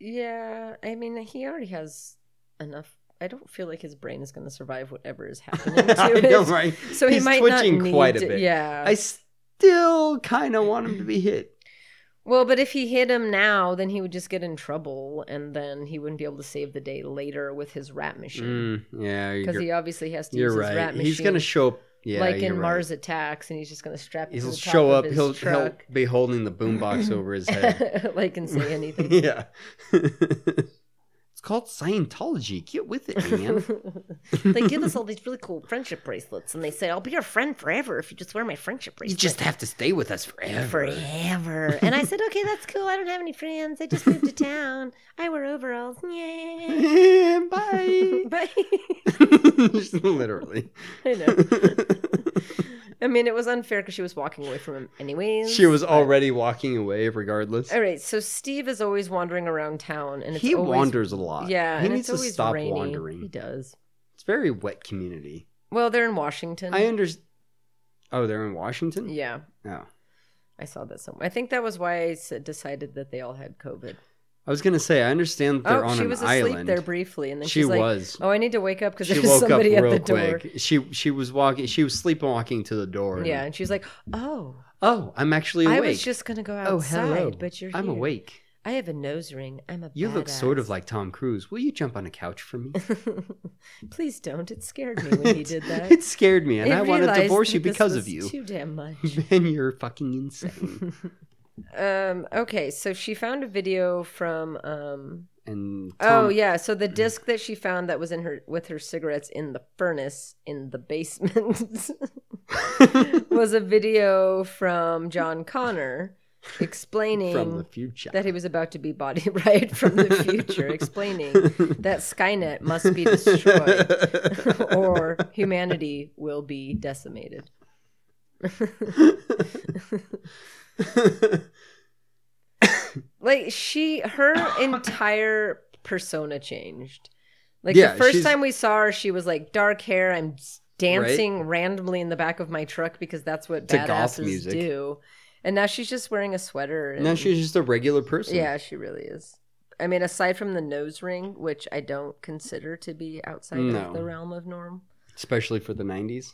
E: Yeah, I mean, he already has enough. I don't feel like his brain is going to survive whatever is happening to
F: I
E: it.
F: know, right?
E: So he
F: he's
E: might not
F: twitching
E: need
F: quite a
E: to-
F: bit.
E: yeah.
F: I still kind of want him to be hit.
E: Well, but if he hit him now, then he would just get in trouble, and then he wouldn't be able to save the day later with his rat
F: Mm,
E: machine
F: yeah,
E: because
F: you're,
E: he obviously has to
F: you're
E: use his
F: right.
E: rat machine.
F: He's gonna show up. Yeah,
E: like
F: you're
E: in
F: right.
E: Mars Attacks, and he's just gonna strap. it to
F: He'll
E: the top
F: show
E: of
F: up.
E: his
F: He'll
E: truck,
F: he'll be holding the boombox over his head.
E: like and say anything.
F: yeah. it's called Scientology. Get with it, man.
E: they give us all these really cool friendship bracelets, and they say, "I'll be your friend forever if you just wear my friendship bracelet."
F: you just have to stay with us forever.
E: forever. and I said, "Okay, that's cool. I don't have any friends. I just moved to town. I wear overalls. Yeah,
F: Bye.
E: bye."
F: Just Literally.
E: I know. I mean, it was unfair because she was walking away from him, anyways.
F: She was already walking away, regardless.
E: All right, so Steve is always wandering around town, and it's
F: He
E: always,
F: wanders a lot.
E: Yeah,
F: he
E: and
F: needs
E: it's
F: to
E: always
F: stop
E: rainy.
F: wandering.
E: He does.
F: It's a very wet community.
E: Well, they're in Washington.
F: I understand. Oh, they're in Washington.
E: yeah,
F: Oh,
E: I saw that somewhere. I think that was why I said, decided that they all had COVID.
F: I was gonna say I understand that they're
E: oh,
F: on
E: she
F: an
E: was asleep
F: island.
E: there briefly, and then
F: She
E: she's like,
F: was.
E: "Oh, I need to wake up because
F: she
E: there's
F: woke up
E: somebody
F: real
E: at the door."
F: quick. She she was walking. She was sleepwalking to the door. and-
E: Yeah, and she's like, "Oh,
F: Oh, I'm actually awake.
E: I was just gonna go
F: oh
E: outside,
F: hello.
E: but you're
F: I'm
E: here.
F: awake.
E: I have a nose ring. I'm a.
F: You look sort of
E: badass."
F: like Tom Cruise. Will you jump on a couch for me?
E: Please don't. It scared me when he did that.
F: It scared me, and I, want to
E: realized
F: divorce
E: that
F: you
E: this
F: because of
E: was
F: you.
E: Too damn much.
F: and you're fucking insane.
E: um. Okay. So she found a video from. Um.
F: And
E: Oh
F: Tom- Mm.
E: yeah. So the disc that she found that was in her with her cigarettes in the furnace in the basement was a video from John Connor explaining
F: from the future.
E: that he was about to be body right from the future, explaining that Skynet must be destroyed or humanity will be decimated. like she her entire persona changed. Like
F: Yeah,
E: the first
F: she's-
E: time we saw her, she was like dark hair, I'm dancing randomly in the back of my truck because that's what
F: To goth
E: badasses
F: music.
E: do. And now she's just wearing a sweater and
F: now she's just a regular person.
E: yeah, she really is. I mean, aside from the nose ring, which I don't consider to be outside
F: No.
E: of the realm of norm.
F: Especially for the 90s.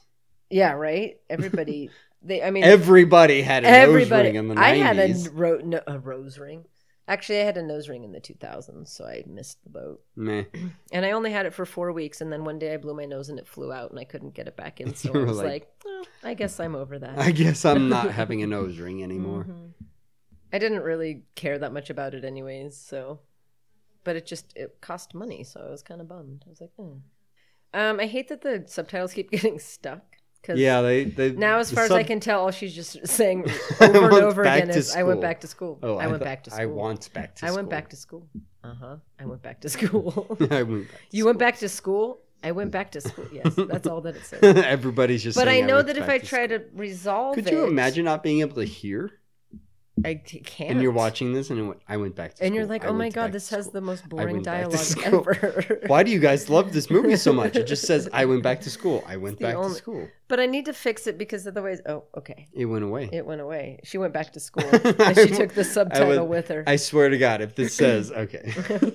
E: Yeah, right. Everybody, they. I mean,
F: Everybody had a
E: everybody.
F: nose ring in the 90s.
E: I had a, ro- no, a rose ring. Actually, I had a nose ring in the 2000s, so I missed the boat.
F: Meh.
E: And I only had it for four weeks, and then one day I blew my nose and it flew out, and I couldn't get it back in. So
F: You
E: I
F: were
E: was
F: like-
E: like, "Well, I guess I'm over that.
F: I guess I'm not having a nose ring anymore.
E: Mm-hmm. I didn't really care that much about it, anyways. So, but it just it cost money, so I was kind of bummed. I was like, oh. um, I hate that the subtitles keep getting stuck. Cause
F: Yeah, they, they
E: Now, as
F: the
E: far
F: sub-
E: as I can tell, all she's just saying over and
F: Went
E: over
F: back
E: again
F: to
E: is, "I went
F: school."
E: back to school.
F: Oh,
E: I, went
F: thought-
E: back to school.
F: I want back to
E: I
F: school.
E: went back to school. Uh huh. I went back to school.
F: I went back.
E: you went back to school. I went back to school. Yes, that's all that it says.
F: Everybody's just
E: But I
F: saying,
E: know
F: went
E: that if
F: back
E: I
F: to
E: try
F: school."
E: to resolve
F: Could
E: it,
F: you imagine not being able to hear?
E: I c- can't.
F: And you're watching this and it went, I went back to
E: And you're
F: school.
E: like,
F: I
E: oh my
F: went back
E: god,
F: to
E: this has
F: school."
E: the most
F: I
E: boring
F: went back to
E: dialogue
F: school.
E: ever.
F: Why do you guys love this movie so much? It just says, I went back to school. I went
E: the
F: back to
E: only-
F: school.
E: But I need to fix it because otherwise, oh, okay,
F: It went away.
E: it went away. She went back to school, and she took the subtitle
F: would-
E: with her.
F: I swear to God, if this says, okay. I was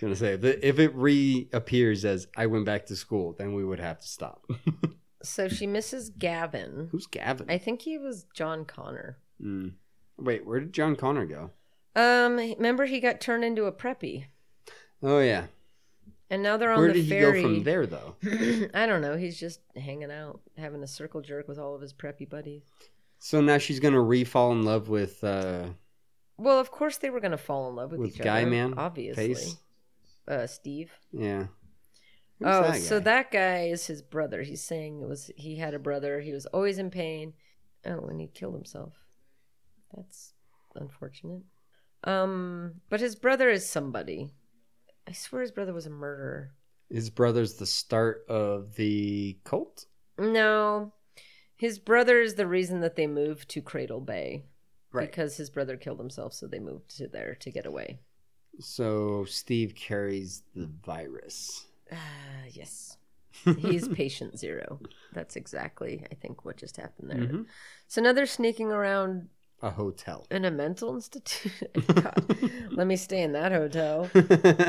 F: going to say, if it- if it reappears as, I went back to school, then we would have to stop.
E: so she misses Gavin.
F: Who's Gavin? Hmm.
E: I think he was John Connor.
F: Wait, where did John Connor go?
E: Um, remember he got turned into a preppy,
F: Oh yeah.
E: and now they're on
F: Where
E: the
F: did
E: ferry.
F: he go from there though?
E: I don't know. He's just hanging out, having a circle jerk with all of his preppy buddies.
F: So now she's gonna re-fall in love with uh,
E: Well, of course they were gonna fall in love with,
F: with
E: each
F: guy
E: other.
F: man.
E: obviously.
F: Pace.
E: Uh, Steve.
F: Yeah. Who's
E: oh, so
F: guy?
E: that guy is his brother. He's saying it was he had a brother. He was always in pain. Oh, and he killed himself. That's unfortunate. Um, but his brother is somebody. I swear his brother was a murderer.
F: his brother's the start of the cult.
E: No, his brother is the reason that they moved to Cradle Bay.
F: Right.
E: Because his brother killed himself, so they moved to there to get away.
F: So Steve carries the virus.
E: Ah, yes. He's patient zero. That's exactly, I think, what just happened there.
F: Mhm.
E: So now they're sneaking around
F: A hotel.
E: in a mental institute. God, let me stay in that hotel.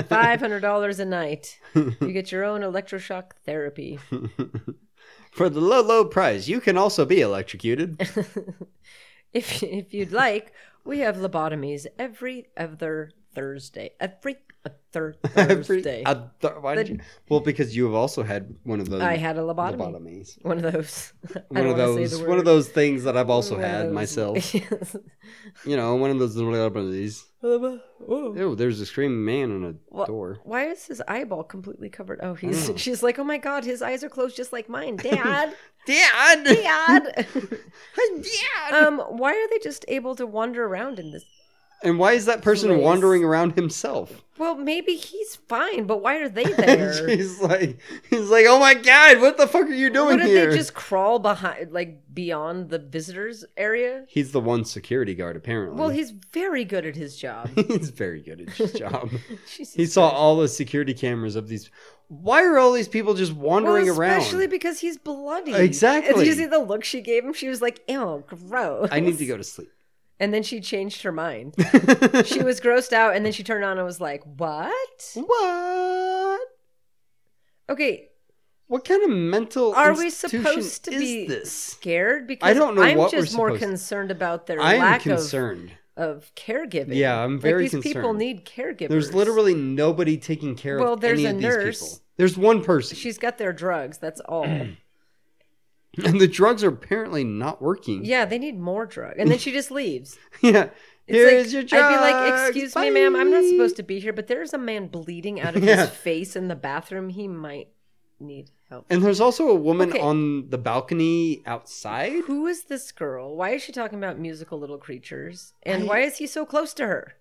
E: Five hundred dollars a night. You get your own electroshock therapy.
F: For the low, low price, you can also be electrocuted.
E: If if you'd like, we have lobotomies every other Thursday. Every other Thursday.
F: Every other- why did
E: The-
F: you- Well, because you have also had one of those.
E: I had a lobotomy.
F: lobotomies.
E: One of those. I
F: One
E: don't
F: of
E: wanna say the
F: those. One
E: word.
F: of those things that I've also
E: One of
F: had
E: those.
F: myself.
E: Yes.
F: You know, one of those lobotomies.
E: Ooh.
F: Oh, there's a screaming man on a
E: Wha-
F: door.
E: Why is his eyeball completely covered? Oh, he's
F: Hmm.
E: she's like, oh my god, his eyes are closed just like mine, Dad,
F: Dad,
E: Dad.
F: Dad.
E: um, why are they just able to wander around in this?
F: And why is that person
E: Please.
F: wandering around himself?
E: Well, maybe he's fine, but why are they there?
F: he's like, he's like, oh my god, what the fuck are you doing
E: Wouldn't
F: here?
E: they just crawl behind, like beyond the visitors area?
F: He's the one security guard, apparently.
E: Well, he's very good at his job.
F: Mm. he's very good at his job.
E: Jesus
F: he saw
E: Christ.
F: all the security cameras of these. Why are all these people just wandering
E: well,
F: around?
E: especially because he's bloody.
F: Exactly.
E: Did you see the look she gave him? She was like, "Ew, gross."
F: I need to go to sleep.
E: And then she changed her mind. she was grossed out, and then she turned on and was like, "What?
F: What?
E: Okay,
F: What kind of mental
E: are we
F: institution
E: supposed to
F: is
E: be
F: this?
E: scared?" Because
F: don't know
E: I'm
F: what
E: just
F: we're
E: more
F: supposed to-
E: concerned about their
F: I'm
E: lack
F: concerned.
E: of of caregiving.
F: Yeah, I'm very
E: like, these people
F: concerned.
E: need caregivers.
F: There's literally nobody taking care
E: Well,
F: of
E: there's
F: any
E: a
F: of
E: nurse.
F: these people. There's one person,
E: she's got their drugs. That's all.
F: and the drugs are apparently not working.
E: yeah, they need more drug. And then she just leaves.
F: yeah.
E: It's
F: Here's
E: like,
F: your drugs.
E: I'd be like, excuse me, ma'am, I'm not
F: bye."
E: supposed to be here, but there's a man bleeding out of
F: Yeah.
E: his face in the bathroom. He might need help.
F: And there's also a woman
E: Okay.
F: on the balcony outside.
E: Who is this girl? Why is she talking about musical little creatures? And why is he so close to her?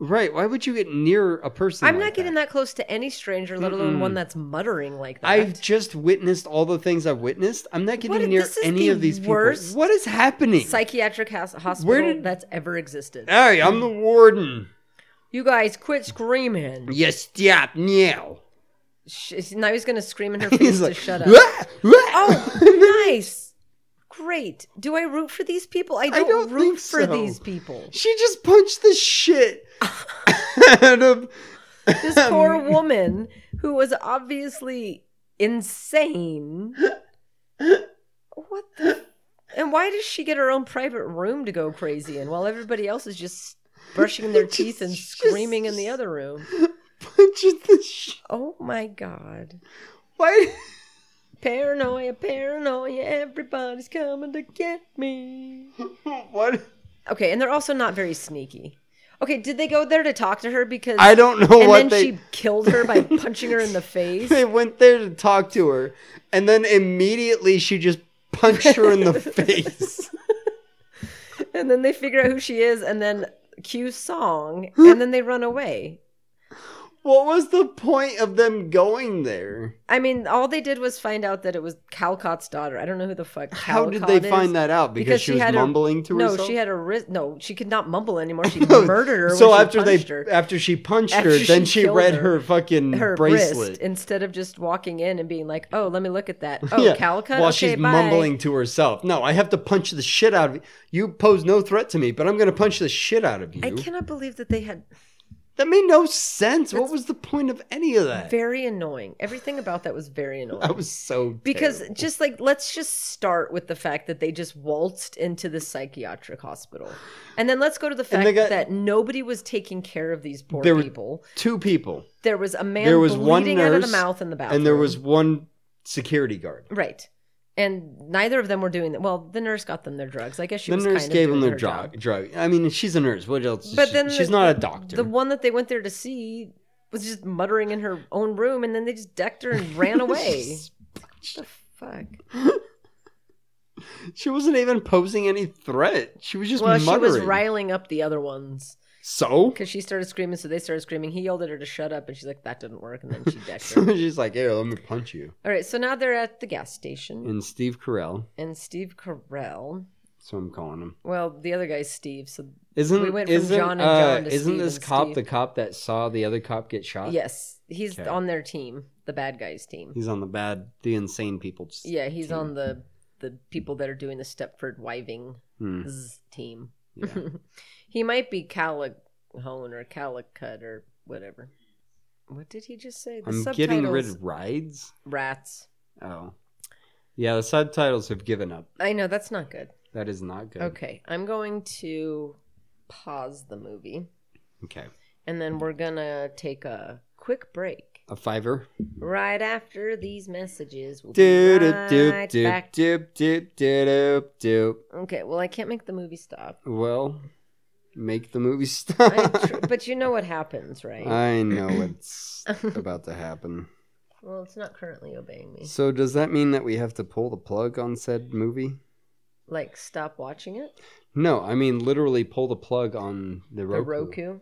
F: Right? Why would you get near a person?
E: I'm
F: like
E: not getting that close to any stranger, let alone one that's muttering like that.
F: I've just witnessed all the things I've witnessed. I'm not getting
E: What-
F: near
E: this is
F: any
E: the
F: of these
E: worst
F: people. What is happening?
E: Psychiatric has- hospital
F: Where did-
E: that's ever existed.
F: hey, I'm the warden.
E: You guys quit screaming.
F: Yes, stop now.
E: Sh now he's going to scream in her
F: He's
E: face
F: like,
E: to shut up.
F: "Wah! Wah!"
E: Oh, nice. Great. Do I root for these people? I don't,
F: don't
E: root
F: think
E: for
F: so.
E: these people.
F: She just punched the shit out of.
E: This poor
F: Um,
E: woman who was obviously insane. What the? And why does she get her own private room to go crazy in while everybody else is just brushing their teeth and
F: Just-
E: screaming in the other room?
F: Punches the shit.
E: Oh my god.
F: Why?
E: Paranoia, paranoia, everybody's coming to get me.
F: What?
E: Okay, and they're also not very sneaky. Okay, did they go there to talk to her because
F: I don't know
E: and
F: what
E: then
F: they.
E: she killed her by punching her in the face?
F: They went there to talk to her, and then immediately she just punched her in the face.
E: And then they figure out who she is and then cue song and then they run away.
F: What was the point of them going there?
E: I mean, all they did was find out that it was Calcott's daughter. I don't know who the fuck Calcott
F: How did they
E: is.
F: find that out? Because, she, was
E: had a-
F: mumbling to
E: no,
F: herself.
E: she had a wrist. No, she could not mumble anymore. She
F: No,
E: murdered her.
F: So
E: when she
F: after they,
E: punched her.
F: after she punched her,
E: After she
F: then she,
E: killed
F: read
E: her-
F: her, fucking
E: her
F: bracelet.
E: wrist instead of just walking in and being like, "Oh, let me look at that." Oh,
F: Yeah,
E: Calcutta.
F: While
E: okay,
F: she's
E: bye.
F: mumbling to herself. No, I have to punch the shit out of you. You pose no threat to me, but I'm going to punch the shit out of you.
E: I cannot believe that they had.
F: That made no sense. what was the point of any of that?
E: Very annoying. Everything about that was very annoying.
F: That was so
E: Because
F: terrible.
E: just like let's just start with the fact that they just waltzed into the psychiatric hospital. And then let's go to the fact
F: they got-
E: that nobody was taking care of these poor
F: There were-
E: people.
F: two people.
E: There was a man
F: There was
E: bleeding
F: one nurse
E: out of the mouth in the bathroom.
F: and there was one security guard.
E: Right. And neither of them were doing that. Well, the nurse got them their drugs. I guess she
F: the
E: was
F: nurse
E: kind of
F: gave
E: doing
F: them their
E: her job.
F: drug. drug. I mean, she's a nurse. What else? is
E: But
F: she-
E: then
F: she's
E: the-
F: not a doctor.
E: The one that they went there to see was just muttering in her own room, and then they just decked her and ran away. the fuck?
F: she wasn't even posing any threat. She was just
E: Well,
F: muttering.
E: she was riling up the other ones
F: So
E: because she started screaming, so they started screaming. He yelled at her to shut up, and she's like, "That didn't work," and then she decked her.
F: she's like, "Here, let me punch you."
E: All right, so now they're at the gas station,
F: And Steve Carell,
E: and Steve Carell.
F: so I'm calling him.
E: Well, the other guy's Steve, so
F: Isn't
E: We went from
F: isn't,
E: John and
F: uh,
E: John to
F: isn't
E: Steve
F: this
E: and
F: cop
E: Steve.
F: the cop that saw the other cop get shot?
E: yes, he's
F: Uh, Okay.
E: on their team, the bad guys team.
F: He's on the bad, the insane people's.
E: Yeah, he's on the the people that are doing the Stepford Wiving
F: Hmm.
E: team.
F: Yeah.
E: he might be Calicone or Calicut or whatever. What did he just say? The
F: I'm getting rid of rides.
E: rats.
F: Oh, yeah. The subtitles have given up.
E: I know that's not good.
F: That is not good.
E: Okay, I'm going to pause the movie
F: Okay.
E: and then we're gonna take a quick break
F: A fiver.
E: right after these messages. We'll
F: Do
E: be
F: do do
E: right
F: do
E: back.
F: do do do do.
E: Okay, well I can't make the movie stop.
F: Well, make the movie
E: I
F: stop.
E: tr- but you know what happens, right?
F: I know what's about to happen.
E: Well, it's not currently obeying me.
F: So does that mean that we have to pull the plug on said movie?
E: Like, stop watching it?
F: No, I mean literally pull the plug on the Roku.
E: The Roku?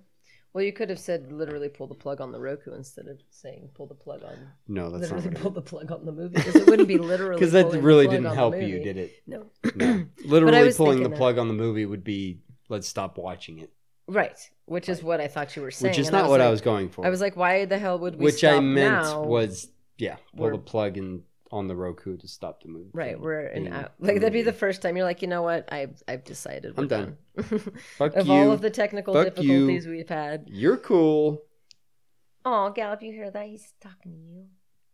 E: Well, you could have said literally pull the plug on the Roku instead of saying pull the plug on.
F: No, that's not
E: literally
F: what
E: pull the plug on the movie. Because it wouldn't be literally.
F: because that
E: pulling the
F: really
E: plug on
F: didn't
E: the
F: help you,
E: movie.
F: did it?
E: No.
F: No. literally
E: was
F: pulling
E: thinking
F: the
E: that.
F: plug on the movie would be let's stop watching it,
E: Right. Which is what I thought you were saying.
F: which is
E: and
F: not what I
E: like-
F: was going for.
E: I was like, why the hell would we
F: which
E: stop
F: I meant
E: now?
F: was yeah, pull
E: We're-
F: the plug in on the Roku to stop the movie.
E: Right,
F: from
E: we're an
F: being
E: out.
F: a
E: Like that'd be
F: movie.
E: the first time you're like, you know what? I've I've decided. We're
F: I'm done.
E: done.
F: Fuck
E: of
F: you.
E: all of the technical
F: Fuck you.
E: difficulties we've had,
F: You're cool.
C: Oh, Gallup, you hear that? He's talking to you.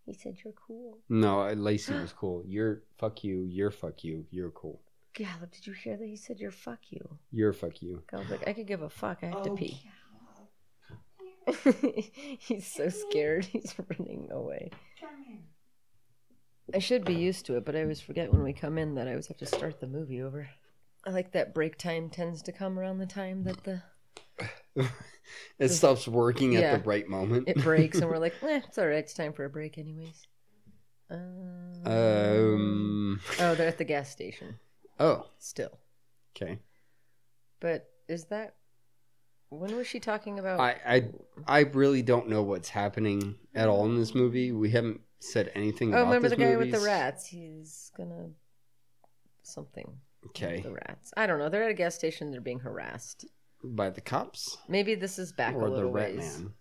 C: He said you're cool.
F: No, I- Lacey was cool. You're fuck you. You're fuck you. You're cool.
E: Gallup, did you hear that? He said you're fuck you.
F: You're fuck you.
E: I was like, I could give a fuck. I have to pee. He's so scared. He's running away. I should be used to it, but I always forget when we come in that I always have to start the movie over. I like that break time tends to come around the time that the
F: It stops working at
E: Yeah.
F: the right moment.
E: it breaks, and we're like, eh, it's all right. It's time for a break, anyways. Um,
F: um.
E: oh, they're at the gas station
F: Oh.
E: still.
F: Okay.
E: But is that when was she talking about?
F: I I I really don't know what's happening at all in this movie. We haven't said anything.
E: Oh,
F: about
E: remember the
F: this
E: guy with
F: movie's-
E: the rats? He's gonna something.
F: Okay.
E: The rats. I don't know. They're at a gas station. They're being harassed.
F: By the cops
E: Maybe this is back
F: or
E: a
F: the
E: little
F: rat
E: ways.
F: man?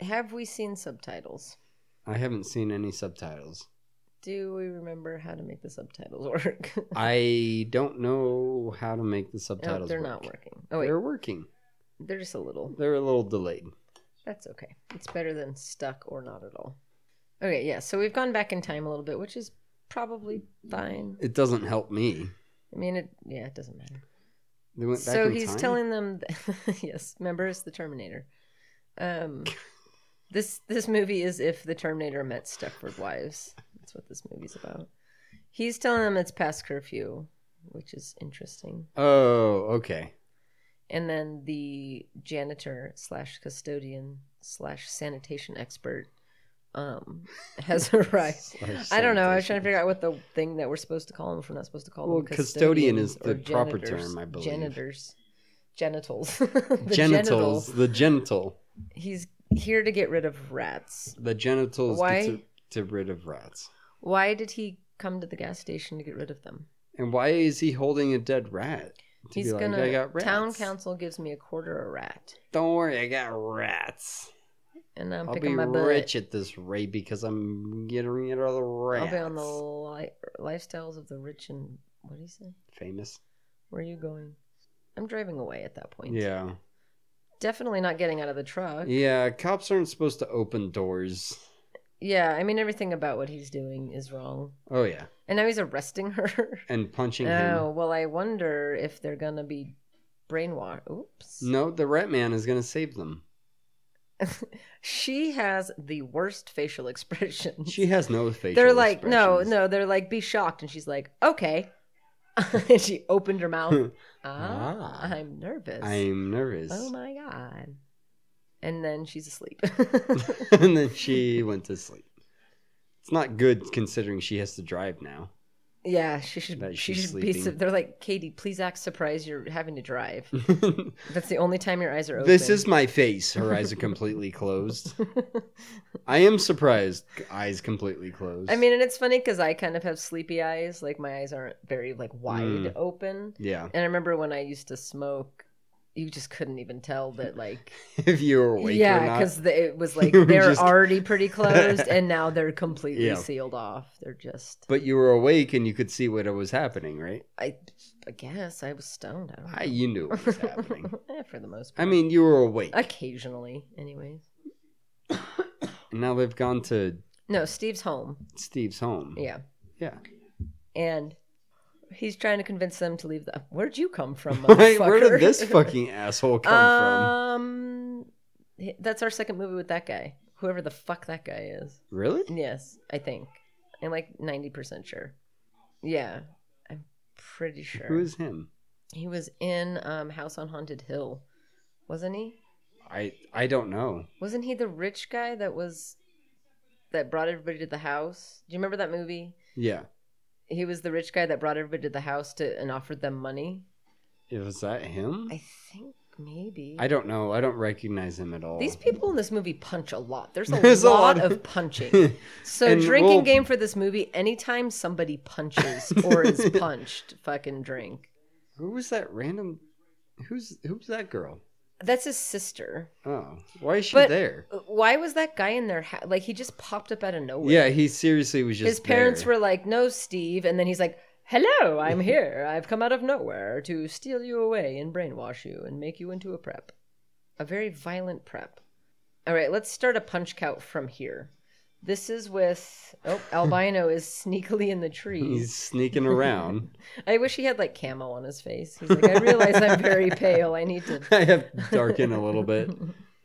E: Have we seen subtitles?
F: I haven't seen any subtitles.
E: Do we remember how to make the subtitles work?
F: I don't know how to make the
E: no,
F: subtitles.
E: they're
F: work.
E: not working. Oh wait,
F: They're
E: they're...
F: working.
E: just a little.
F: They're a little delayed.
E: That's okay. It's better than stuck or not at all. Okay, yeah. So we've gone back in time a little bit, which is probably fine.
F: It doesn't help me.
E: I mean, it. Yeah, it doesn't matter.
F: They went back
E: so
F: in
E: he's
F: time?
E: telling them yes remember it's the terminator um this this movie is if the terminator met stepford wives that's what this movie's about he's telling them it's past curfew which is interesting
F: Oh, okay.
E: and then the janitor slash custodian slash sanitation expert um has arrived
F: Slash
E: I don't know. I
F: sanitation.
E: was trying to figure out what the thing that we're supposed to call them if we're not supposed to call
F: Well,
E: them.
F: custodian is
E: custodians
F: the
E: or
F: proper
E: janitors-
F: term, I believe.
E: Janitors. Genitals. the
F: genitals.
E: genitals.
F: The genital.
E: He's here to get rid of rats.
F: The genitals
E: Why-
F: get to, to rid of rats.
E: Why did he come to the gas station to get rid of them?
F: And why is he holding a dead rat? To
E: He's
F: be like,
E: gonna.
F: I got rats.
E: Town council gives me a quarter a rat,
F: Don't worry, I got rats.
E: and I'm
F: i will be
E: picking my butt.
F: rich at this rate because I'm getting rid of the rats.
E: I'll be on the li- lifestyles of the rich and what do you say?
F: famous.
E: Where are you going? I'm driving away at that point.
F: Yeah.
E: definitely not getting out of the truck.
F: Yeah, cops aren't supposed to open doors.
E: Yeah, I mean, everything about what he's doing is wrong.
F: Oh yeah,
E: And now he's arresting her.
F: and punching him.
E: Oh, well, I wonder if they're going to be brainwashed. Oops.
F: No, the Rat Man is gonna save them.
E: She has the worst facial expression.
F: She has no facial.
E: they're like, no,
F: expressions.
E: no, they're like, be shocked. And she's like, okay. and she opened her mouth. ah,
F: Ah.
E: I'm nervous.
F: I'm nervous.
E: Oh my God. And then she's asleep.
F: and then she went to sleep. It's not good considering she has to drive now.
E: yeah, she should,
F: That
E: she
F: she's
E: should be. su-
F: sleeping.
E: They're like, Katie, please act surprised you're having to drive.
F: this
E: That's the only time your eyes are open.
F: is my face. Her eyes are completely closed. I am surprised. Eyes completely closed.
E: I mean, and it's funny because I kind of have sleepy eyes. Like my eyes aren't very like wide
F: Mm.
E: open.
F: yeah.
E: And I remember when I used to smoke, you just couldn't even tell that like
F: If you were awake or
E: yeah,
F: not.
E: because it was like
F: You were
E: they're
F: just-
E: already pretty closed, and now they're completely
F: Yeah.
E: sealed off. They're just
F: But you were awake and you could see what was happening, right?
E: I, I guess I was stoned. I don't know.
F: I, you knew what was happening.
E: Eh, for the most
F: I
E: part.
F: mean, you were awake.
E: occasionally, anyways.
F: And now they've gone to
E: No, Steve's home.
F: Steve's home.
E: Yeah,
F: Yeah.
E: and. He's trying to convince them to leave the. Where'd you come from,
F: Right? Where did
E: motherfucker?
F: this fucking asshole come
E: um, h- that's our second movie with that guy. Whoever the fuck that guy is.
F: from? Really?
E: Yes, I think. I'm like 90% sure. Yeah, I'm pretty sure.
F: Who is him?
E: He was in um, House on Haunted Hill, wasn't he?
F: I I don't know.
E: Wasn't he the rich guy that was that brought everybody to the house? Do you remember that movie?
F: Yeah.
E: He was the rich guy that brought everybody to the house to and offered them money.
F: Was that him?
E: I think maybe.
F: I don't know. I don't recognize him at all.
E: These people in this movie punch a lot. There's a,
F: There's a
E: lot,
F: lot of-
E: of punching. So
F: And
E: drinking
F: we'll-
E: game for this movie, anytime somebody punches or is punched, fucking drink.
F: Who was that random? Who's who's that girl?
E: That's his sister.
F: Oh, why is she
E: But-
F: there?
E: Why was that guy in their ha- like he just popped up out of nowhere?
F: Yeah, he seriously was just.
E: His parents
F: there.
E: were like, "No, Steve," and then he's like, "Hello, I'm here. I've come out of nowhere to steal you away and brainwash you and make you into a prep, a very violent prep." All right, let's start a punch count from here. This is with oh albino is sneakily in the trees.
F: He's sneaking around.
E: I wish he had like camo on his face. He's like, I realize I'm very pale. I need to.
F: I have to darken a little bit.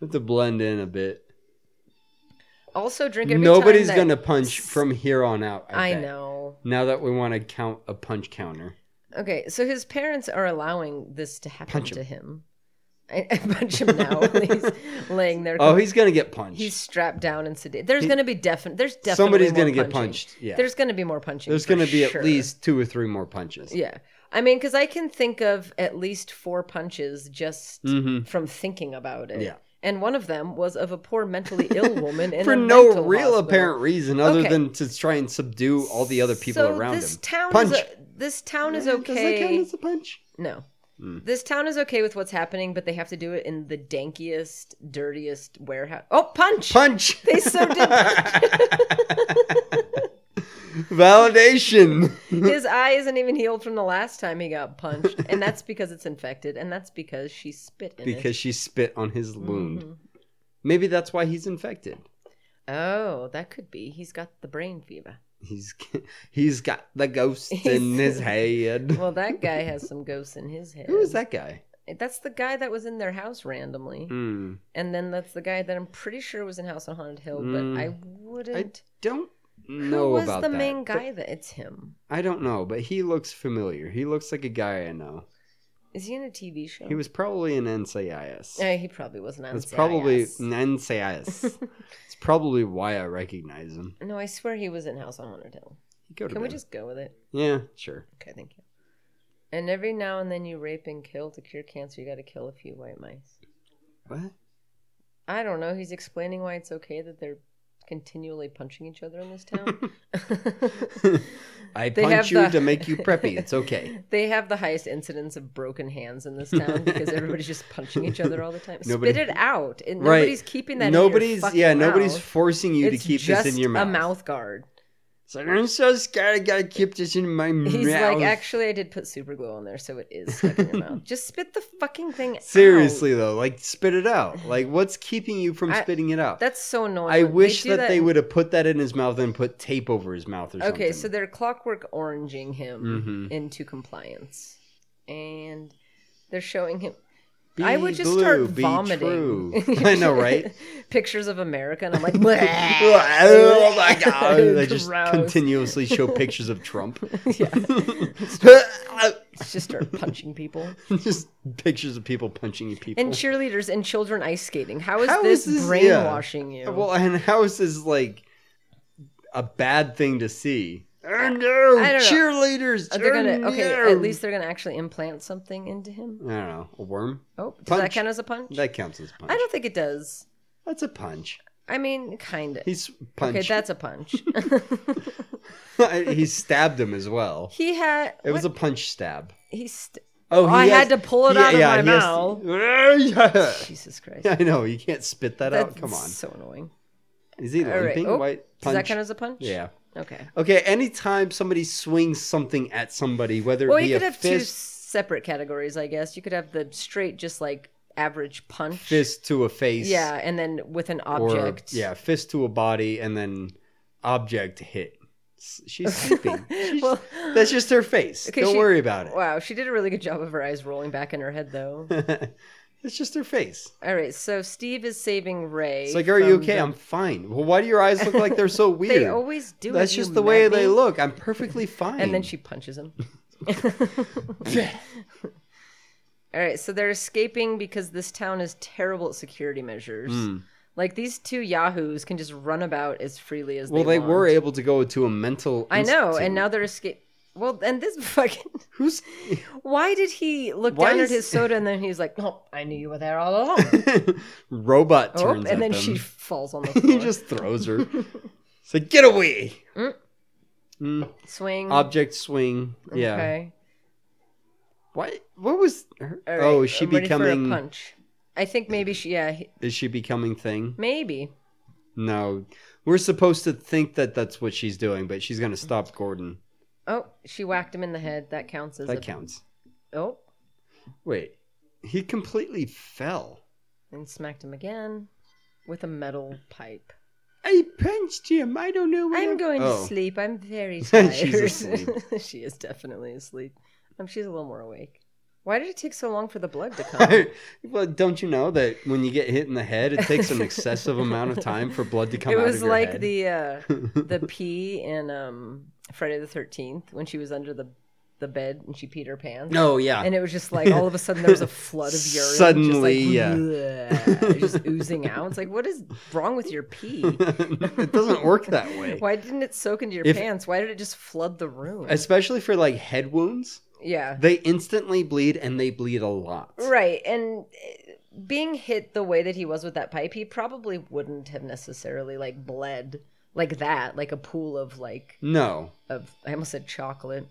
F: have to blend in a bit.
E: Also, drink. Every time
F: Nobody's
E: that-
F: gonna punch from here on out. I,
E: I
F: bet.
E: know.
F: Now that we want to count a punch counter.
E: Okay, so his parents are allowing this to happen
F: Punch him.
E: to him. I, I punch him now when he's laying there.
F: Oh, he's gonna get punched.
E: he's strapped down and sedated. There's going to be definite. There's definitely
F: Somebody's
E: going
F: gonna get
E: to
F: punched, yeah.
E: There's going to be more punching.
F: There's
E: for
F: gonna be
E: sure.
F: at least two or three more punches.
E: Yeah, I mean, because I can think of at least four punches just
F: Mhm.
E: from thinking about it.
F: Yeah.
E: And one of them was of a poor mentally ill woman in
F: for
E: a
F: no
E: mental
F: real
E: hospital.
F: apparent reason other
E: Okay.
F: than to try and subdue all the other people
E: so
F: around
E: this
F: him.
E: Town
F: punch.
E: Is a, this town is
F: Does that count
E: okay.
F: as a punch?
E: No.
F: Hmm.
E: This town is okay with what's happening, but they have to do it in the dankiest, dirtiest warehouse. Oh, punch!
F: Punch.
E: They so did.
F: Validation.
E: His eye isn't even healed from the last time he got punched, and that's because it's infected, and that's because she spit in
F: because
E: it.
F: she spit on his
E: Mm-hmm.
F: wound. Maybe that's why he's infected.
E: Oh, that could be. He's got the brain fever.
F: He's he's got the ghost in his head.
E: Well, that guy has some ghosts in his head.
F: Who is that guy?
E: That's the guy that was in their house randomly,
F: Hmm.
E: and then that's the guy that I'm pretty sure was in House on Haunted Hill,
F: Mm.
E: but I
F: I
E: wouldn't.
F: don't
E: Who
F: know
E: was
F: about
E: the
F: that,
E: main
F: but-
E: guy? That it's him.
F: I don't know, but he looks familiar. He looks like a guy I know.
E: Is he in a TV show?
F: He was probably an NCIS.
E: Yeah, Uh, he probably wasn't on
F: That's
E: CIS.
F: probably NCIS. it's probably why I recognize him.
E: No, I swear he was in House on Haunted Hill.
F: You go to
E: Can we
F: bed.
E: just go with it?
F: Yeah, sure.
E: Okay, thank you. And every now and then you rape and kill to cure cancer. You got to kill a few white mice.
F: What?
E: I don't know. He's explaining why it's okay that they're continually punching each other in this town.
F: I
E: They have
F: punch you
E: the-
F: to make you preppy. It's okay.
E: they have the highest incidence of broken hands in this town because everybody's just punching each other all the time.
F: Nobody-
E: Spit it out. And
F: right.
E: Nobody's keeping that. in your
F: Nobody's
E: fucking
F: yeah. Nobody's
E: mouth.
F: forcing you
E: It's
F: to keep
E: just
F: this in your mouth.
E: A mouth guard.
F: It's like, I'm so scared. I gotta keep this in my
E: He's
F: mouth.
E: like, actually, I did put super glue on there, so it is stuck in your mouth. Just spit the fucking thing out.
F: Seriously though, like spit it out. Like, what's keeping you from
E: I-
F: spitting it out?
E: That's so annoying.
F: I
E: They
F: wish
E: do
F: that, they would have put that in his mouth and put tape over his mouth or something.
E: Okay, so they're clockwork oranging him
F: Mhm.
E: into compliance. And they're showing him.
F: Be
E: I would just
F: blue,
E: start
F: be
E: vomiting.
F: true. I know, right?
E: Pictures of America, and I'm like, "Bleh."
F: oh my god! They just
E: Gross.
F: continuously show pictures of Trump.
E: just start punching people.
F: just pictures of people punching people.
E: And cheerleaders and children ice skating. How is
F: How
E: this,
F: is this-
E: brainwashing you?
F: well, and house is like a bad thing to see. Oh no!
E: I don't know.
F: Cheerleaders.
E: Are
F: oh,
E: they gonna okay?
F: no.
E: At least they're gonna actually implant something into him.
F: I don't know. A worm.
E: Oh, does that
F: Punch.
E: count as a punch?
F: That counts as a punch.
E: I don't think it does.
F: That's a punch.
E: I mean, kind of.
F: He's punch.
E: Okay, that's a punch.
F: he stabbed him as well.
E: he had.
F: It was a punch stab.
E: He's. St-
F: Oh,
E: I had to pull it out of my mouth.
F: he has-
E: Jesus Christ.
F: I know you can't spit that
E: That's
F: out. Come on,
E: So annoying.
F: is he
E: All right.
F: limping?
E: Oh,
F: Why-
E: Does that
F: punch.
E: count as a punch?
F: yeah.
E: Okay.
F: Okay. Anytime somebody swings something at somebody, whether
E: Well,
F: it be
E: you could
F: a
E: have two
F: fist,
E: separate categories, I guess. You could have the straight, just like average punch.
F: fist to a face,
E: Yeah, and then with an
F: or
E: object.
F: yeah, fist to a body, and then object hit. S- She's sleeping. She's-
E: Well-
F: that's just her face.
E: Okay,
F: Don't
E: she-
F: worry about it.
E: Wow, she did a really good job of her eyes rolling back in her head, though.
F: It's just her face.
E: All right, so Steve is saving Ray.
F: It's like, are you
E: from
F: okay?
E: the-
F: I'm fine. Well, why do your eyes look like they're so weird?
E: They always do.
F: That's
E: Have you
F: just the way
E: met
F: they
E: me?
F: look. I'm perfectly fine.
E: And then she punches him. All right, so they're escaping because this town is terrible at security measures.
F: Hmm.
E: Like these two yahoos can just run about as freely as
F: Well,
E: they
F: they
E: want.
F: were able to go to a mental.
E: I know, and
F: institute.
E: now they're escape. Well, and this fucking.
F: who's
E: Why did he look
F: Why
E: down
F: is-
E: at his soda and then he's like, "Oh, I knew you were there all along."
F: robot
E: Oh,
F: turns
E: and
F: at
E: then
F: them.
E: she falls on the
F: he
E: floor.
F: just throws her. it's like get away.
E: Mm.
F: Mm.
E: swing.
F: Object swing. Yeah.
E: Mm. Okay.
F: What? What was? Her...
E: All right,
F: Oh, is she
E: I'm ready for a
F: becoming?
E: punch? I think maybe she. Yeah, he-
F: Is she becoming thing?
E: maybe.
F: No. We're supposed to think that that's what she's doing, but she's gonna stop Gordon.
E: Oh, she whacked him in the head. That counts as a
F: That counts.
E: oh,
F: Wait, he completely fell.
E: and smacked him again with a metal pipe.
F: I punched him. I don't know.
E: I'm going
F: Oh.
E: to sleep. I'm very tired.
F: She's asleep.
E: she is definitely asleep. Um, she's a little more awake. Why did it take so long for the blood to come?
F: well, don't you know that when you get hit in the head, it takes an excessive amount of time for blood to come
E: it
F: out of
E: was
F: your
E: like
F: head?
E: the uh, the pee in um, Friday the Thirteenth when she was under the the bed and she peed her pants.
F: No, yeah.
E: And it was just like all of a sudden there was a flood of urine.
F: Suddenly, yeah.
E: just like, bleh, just oozing out. It's like, what is wrong with your pee?
F: it doesn't work that way,
E: Why didn't it soak into your
F: If-
E: pants? Why did it just flood the room?
F: especially for like head wounds.
E: yeah.
F: They instantly bleed, and they bleed a lot.
E: Right. And eh, being hit the way that he was with that pipe, he probably wouldn't have necessarily like bled like that, like a pool of like
F: No,
E: of I almost said chocolate.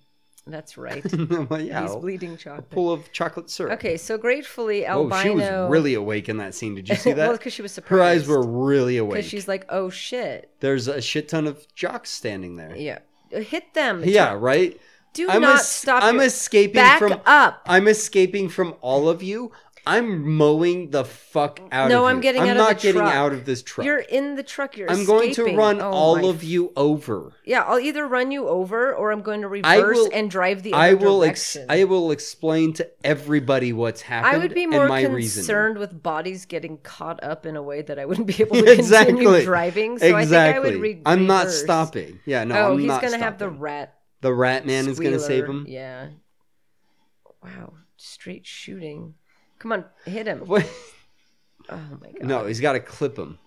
E: That's right.
F: well, yeah,
E: He's
F: a
E: bleeding chocolate.
F: pool of chocolate syrup.
E: Okay, so gratefully
F: Oh,
E: albino
F: she was really awake in that scene. Did you see that?
E: well, because she was surprised.
F: Her eyes were really awake.
E: because she's like, "Oh shit,
F: There's a shit ton of jocks standing there.
E: yeah, hit them."
F: Yeah, right.
E: do
F: I'm
E: not
F: es-
E: stop.
F: I'm
E: your-
F: escaping
E: Back
F: from-
E: up.
F: I'm escaping from all of you. I'm mowing the fuck out of
E: No,
F: you.
E: I'm getting out of
F: not
E: the
F: getting
E: truck.
F: out of this truck.
E: You're in the truck. You're.
F: I'm going to
E: escaping.
F: run
E: Oh
F: all
E: my-
F: of you over.
E: Yeah, I'll either run you over or I'm going to reverse
F: I will
E: and drive the. Other
F: I will ex-
E: Direction.
F: I will explain to everybody what's happened
E: I would be more
F: and my
E: concerned
F: reason.
E: with bodies getting caught up in a way that I wouldn't be able to
F: exactly.
E: continue driving. So
F: exactly.
E: I think I would re-
F: am not
E: reverse.
F: stopping. Yeah, no,
E: oh,
F: I'm
E: he's
F: not
E: gonna
F: stopping.
E: have the rat.
F: the rat man is going to
E: squealer.
F: save him.
E: Yeah. Wow, straight shooting. Come on, hit him. Oh my god.
F: no, he's got to clip him.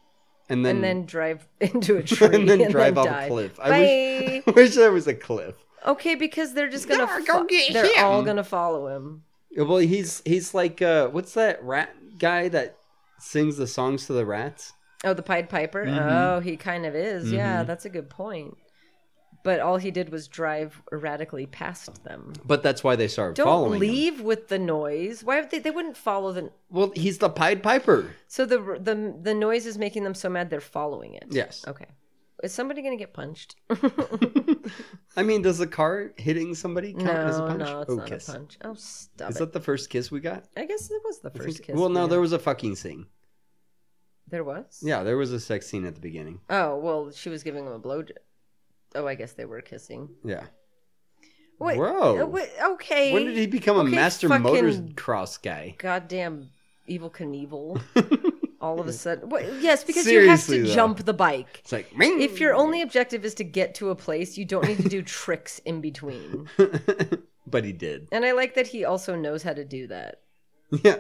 F: And then
E: and then drive into a tree
F: and then drive off
E: die.
F: a cliff. I
E: Bye.
F: wish, I wish there was a cliff.
E: okay, because they're just gonna.
F: No, go
E: fo-
F: get
E: they're all
F: him.
E: gonna follow him.
F: Well, he's he's like uh, what's that rat guy that sings the songs to the rats?
E: Oh, the Pied Piper.
F: Mm-hmm.
E: Oh, he kind of is. Yeah, that's a good point. But all he did was drive erratically past them.
F: But that's why they started
E: Don't
F: following. him.
E: leave with the noise. Why would they? They wouldn't follow the.
F: Well, he's the Pied Piper.
E: So the the the noise is making them so mad they're following it.
F: Yes.
E: Okay. is somebody going to get punched?
F: I mean, does the car hitting somebody count as a
E: no,
F: punch?
E: no, it's
F: Oh,
E: not
F: kiss.
E: a punch. Oh, stop
F: Is
E: it.
F: that the first kiss we got?
E: I guess it was the
F: I
E: first
F: think-
E: kiss.
F: Well, no,
E: we
F: there
E: had.
F: was a fucking scene.
E: There was?
F: Yeah, there was a sex scene at the beginning.
E: Oh, well, she was giving him a blow. Oh, I guess they were kissing.
F: Yeah.
E: Wait,
F: Whoa.
E: uh, wait, okay.
F: When did he become a
E: okay,
F: master
E: fucking
F: motors cross guy?
E: Goddamn evil Knievel. All of a sudden. Wait, yes, because
F: Seriously,
E: you have to
F: though.
E: jump the bike.
F: It's like "Ring."
E: If your only objective is to get to a place, you don't need to do tricks in between.
F: but he did.
E: And I like that he also knows how to do that.
F: Yeah.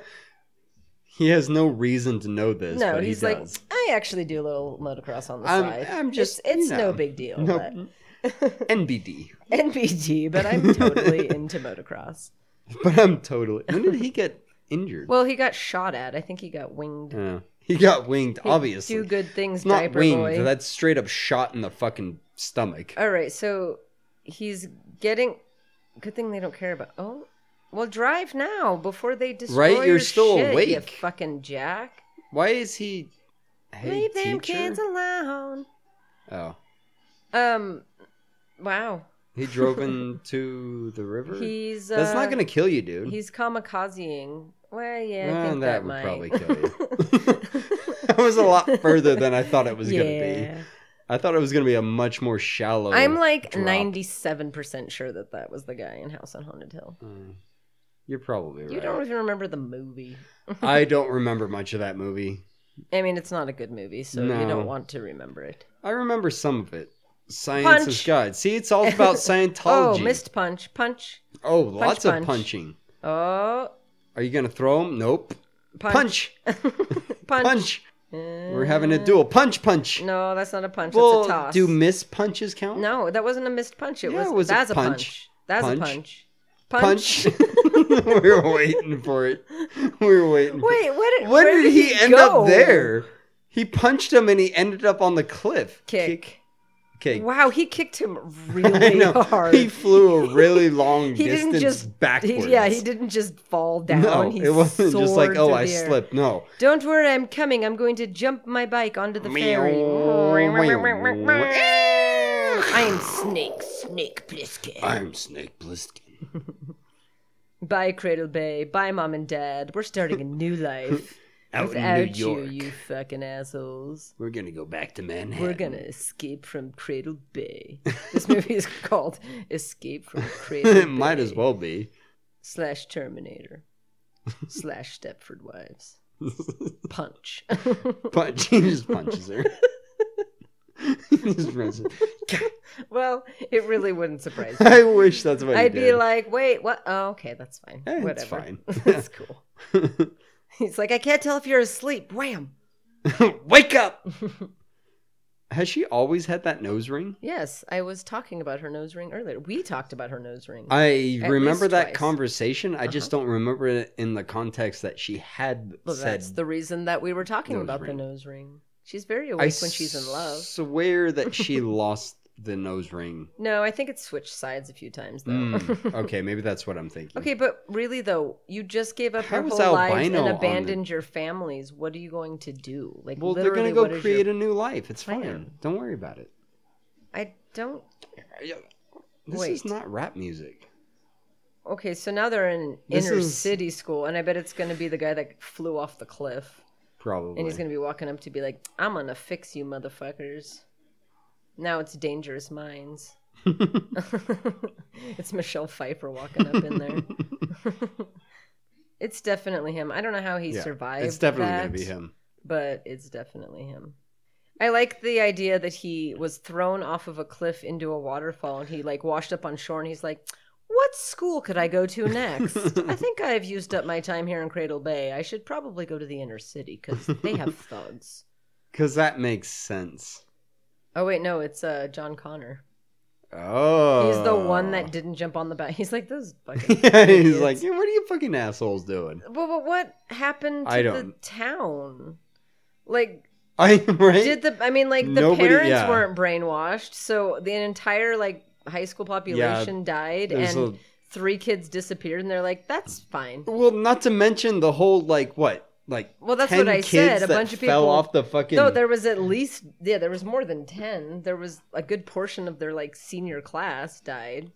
F: He has no reason to know this,
E: no,
F: but
E: he's
F: he
E: like,
F: does.
E: I actually do a little motocross on the
F: I'm-
E: side.
F: I'm just-
E: it's, it's
F: you know,
E: no big deal.
F: no-
E: but-
F: NBD.
E: NBD, but I'm totally into motocross.
F: But I'm totally. When did he get injured?
E: Well, he got shot at. I think he got winged.
F: Uh, he got winged, obviously.
E: Do good things,
F: it's not
E: diaper
F: winged.
E: boy.
F: That's straight up shot in the fucking stomach.
E: All right, so he's getting. Good thing they don't care about. Oh, well, drive now before they destroy.
F: Right, you're
E: your
F: still
E: shit, You
F: awake.
E: fucking jack.
F: Why is he? Hey,
E: Leave them
F: teacher?
E: kids alone.
F: Oh,
E: Um, wow.
F: he drove into the river.
E: He's uh,
F: That's not gonna kill you, dude.
E: He's kamikazeing. Well, yeah, I
F: Eh,
E: think
F: that,
E: that,
F: would
E: might.
F: probably kill you. that was a lot further than I thought it was gonna
E: yeah.
F: be. I thought it was gonna be a much more shallow.
E: I'm like
F: drop.
E: ninety seven percent sure that that was the guy in House on Haunted Hill.
F: You're probably right.
E: You don't even remember the movie.
F: I don't remember much of that movie.
E: I mean, it's not a good movie, so you
F: No.
E: don't want to remember it.
F: I remember some of it. Science is
E: Punch.
F: God. See, it's all about Scientology.
E: Oh, missed punch, punch.
F: Oh, lots of
E: punch.
F: punching.
E: Oh,
F: Are you gonna throw him? Nope.
E: punch, punch. Uh,
F: punch. We're having a duel. Punch, punch.
E: No, that's not a punch.
F: well,
E: that's a toss.
F: do miss punches count?
E: no, that wasn't a missed punch. It
F: Yeah,
E: was.
F: it was a
E: that's a punch.
F: punch.
E: That's
F: Punch.
E: a punch. Punch.
F: Punch. we were waiting for it. We were waiting. for it.
E: Wait, what? Did,
F: When
E: where
F: did he end
E: go?
F: up there? He punched him and he ended up on the cliff.
E: Kick.
F: Kick.
E: Wow, he kicked him
F: I
E: really
F: know.
E: hard.
F: He flew a really long
E: he
F: distance
E: didn't just
F: backwards.
E: He, yeah, he didn't just fall down.
F: No,
E: he
F: it wasn't just like,
E: soared
F: oh,
E: through
F: I
E: the air.
F: slipped. No.
E: Don't worry, I'm coming. I'm going to jump my bike onto the ferry. I am Snake, Snake Plissken.
F: I'm Snake Plissken.
E: Bye, Cradle Bay. Bye, Mom and Dad. We're starting a new life.
F: Out in New
E: Without you,
F: York.
E: you fucking assholes.
F: We're gonna go back to Manhattan.
E: We're gonna escape from Cradle Bay. This movie is called Escape from Cradle Bay.
F: it might as well be.
E: Slash Terminator. slash Stepford Wives. Punch.
F: Punch. He just punches her. He just runs her.
E: well, it really wouldn't surprise me.
F: I wish that's what he
E: I'd be
F: did.
E: like, wait, what? Oh, okay, that's fine.
F: Eh, it's
E: Whatever.
F: fine.
E: that's cool. He's like, I can't tell if you're asleep. Wham.
F: Wake up! Has she always had that nose ring?
E: Yes, I was talking about her nose ring earlier. We talked about her nose ring.
F: I
E: At
F: remember
E: least
F: that
E: twice. Uh-huh.
F: conversation. I just don't remember it in the context that she had
E: well,
F: said.
E: that's the reason that we were talking
F: nose
E: about the
F: ring.
E: nose ring. She's very awake
F: I
E: when she's in love.
F: swear that she lost the nose ring.
E: No, I think it's switched sides a few times though.
F: Mm, okay, maybe that's what I'm thinking.
E: okay, but really though, you just gave up
F: How
E: your
F: is
E: whole lives
F: albino
E: and
F: on the-
E: abandoned your families. What are you going to do? Like,
F: Well, they're
E: literally,
F: gonna go
E: what is
F: create
E: your...
F: a new life. It's fine.
E: plan?
F: Don't worry about it.
E: I don't.
F: This is
E: Wait.
F: not rap music.
E: Okay, so now they're in
F: This
E: inner
F: is-
E: city school, and I bet it's going to be the guy that flew off the cliff,
F: Probably.
E: and he's going to be walking up to be like, "I'm gonna fix you, motherfuckers." Now it's Dangerous Minds. it's Michelle Pfeiffer walking up in there. it's definitely him. I don't know how he
F: Yeah,
E: survived.
F: It's definitely
E: that,
F: gonna be him.
E: but it's definitely him. I like the idea that he was thrown off of a cliff into a waterfall and he like washed up on shore and he's like, "What school could I go to next? I think I've used up my time here in Cradle Bay. I should probably go to the inner city cuz they have thugs."
F: Because that makes sense.
E: Oh wait, no, it's uh John Connor.
F: Oh.
E: He's the one that didn't jump on the bat. He's like those fucking
F: yeah, he's
E: idiots."
F: like, "Yeah, what are you fucking assholes doing?
E: Well, but what happened to
F: I
E: the
F: don't-
E: town? Like
F: I right?
E: did the i mean like the
F: Nobody-
E: parents
F: yeah.
E: weren't brainwashed so the entire like high school population died
F: there's
E: and
F: a-
E: three kids disappeared and they're like that's fine
F: well, not to mention the whole like what like
E: Well, that's
F: 10
E: what I
F: kids
E: said, a
F: that
E: bunch of
F: fell
E: people-
F: off the fucking.
E: No, there was at least yeah, there was more than ten. There was a good portion of their like senior class died,